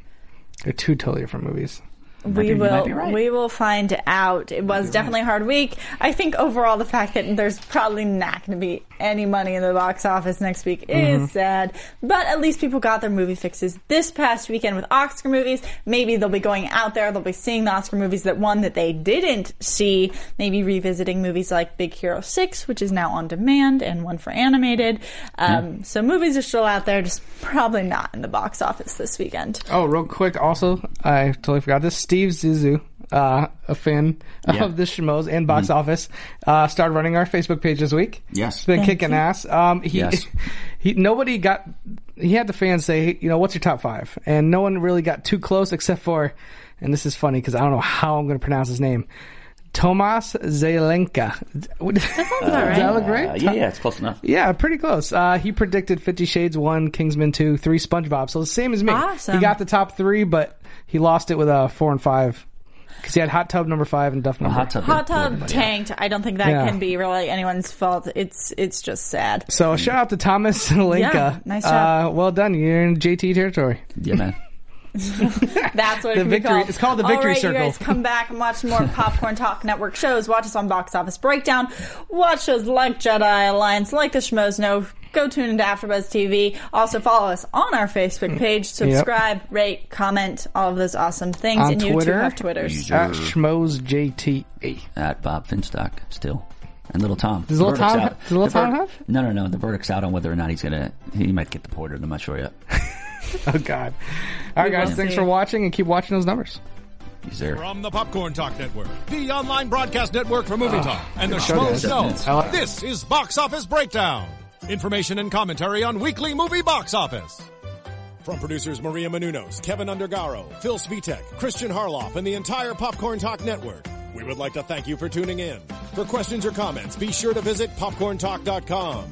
They're two totally different movies. be- We you might will. be right. We will find out. It was definitely a hard week. I think overall, the fact that there's probably not going to be any money in the box office next week Mm-hmm. is sad. But at least people got their movie fixes this past weekend with Oscar movies. Maybe they'll be going out there. They'll be seeing the Oscar movies that won that they didn't see. Maybe revisiting movies like Big Hero Six, which is now on demand, and one for animated. Um, So movies are still out there, just probably not in the box office this weekend. Oh, real quick. Also, I totally forgot this. Steve Zissou, uh, a fan Yeah. Mm-hmm. of the Schmoes and Box Office, uh, started running our Facebook page this week. Yes. It's been Thank kicking ass. Um, he, Yes. <laughs> he, nobody got. He had the fans say, you know, what's your top five? And no one really got too close except for, and this is funny because I don't know how I'm going to pronounce his name. Tomas Zelenka. <laughs> That sounds about right. Does that look right? Uh, yeah, yeah, it's close enough. Yeah, pretty close. Uh, he predicted Fifty Shades one, Kingsman two, three, SpongeBob. So the same as me. Awesome. He got the top three, but he lost it with a four and five because he had Hot Tub number five and Duff number. Hot tub. Hot blew tub everybody tanked. I don't think that Yeah. can be really anyone's fault. It's it's just sad. Mm. So shout out to Thomas <laughs> Zelenka. Yeah, nice job. Uh, well done. You're in JT territory. out. Yeah, man. That's what it The victory- can Be called. it's called the victory All right, circle. You guys come back and <laughs> watch more Popcorn Talk Network shows. Watch us on Box Office Breakdown. Watch shows like Jedi Alliance, like The Schmoes Know. Go tune into AfterBuzz TV. Also follow us on our Facebook page. Subscribe, rate, comment, all of those awesome things. Mm. On and you too Twitter. have Twitters. At Schmoes JTE. At Bob Finstock still. And little Tom. Does Little The verdict's Tom- out. does Little The Tom ver- have? No, no, no. The verdict's out on whether or not he's gonna. He might get deported. I'm not sure yet. <laughs> Oh God. All right, guys. will Thanks see. for watching and keep watching those numbers. He's there. From the Popcorn Talk Network, the online broadcast network for movie talk, and the Schmoes good. I Know, this is Box Office Breakdown. Information and commentary on weekly movie box office. From producers Maria Menunos, Kevin Undergaro, Phil Svitek, Christian Harloff, and the entire Popcorn Talk Network, we would like to thank you for tuning in. For questions or comments, be sure to visit popcorntalk.com.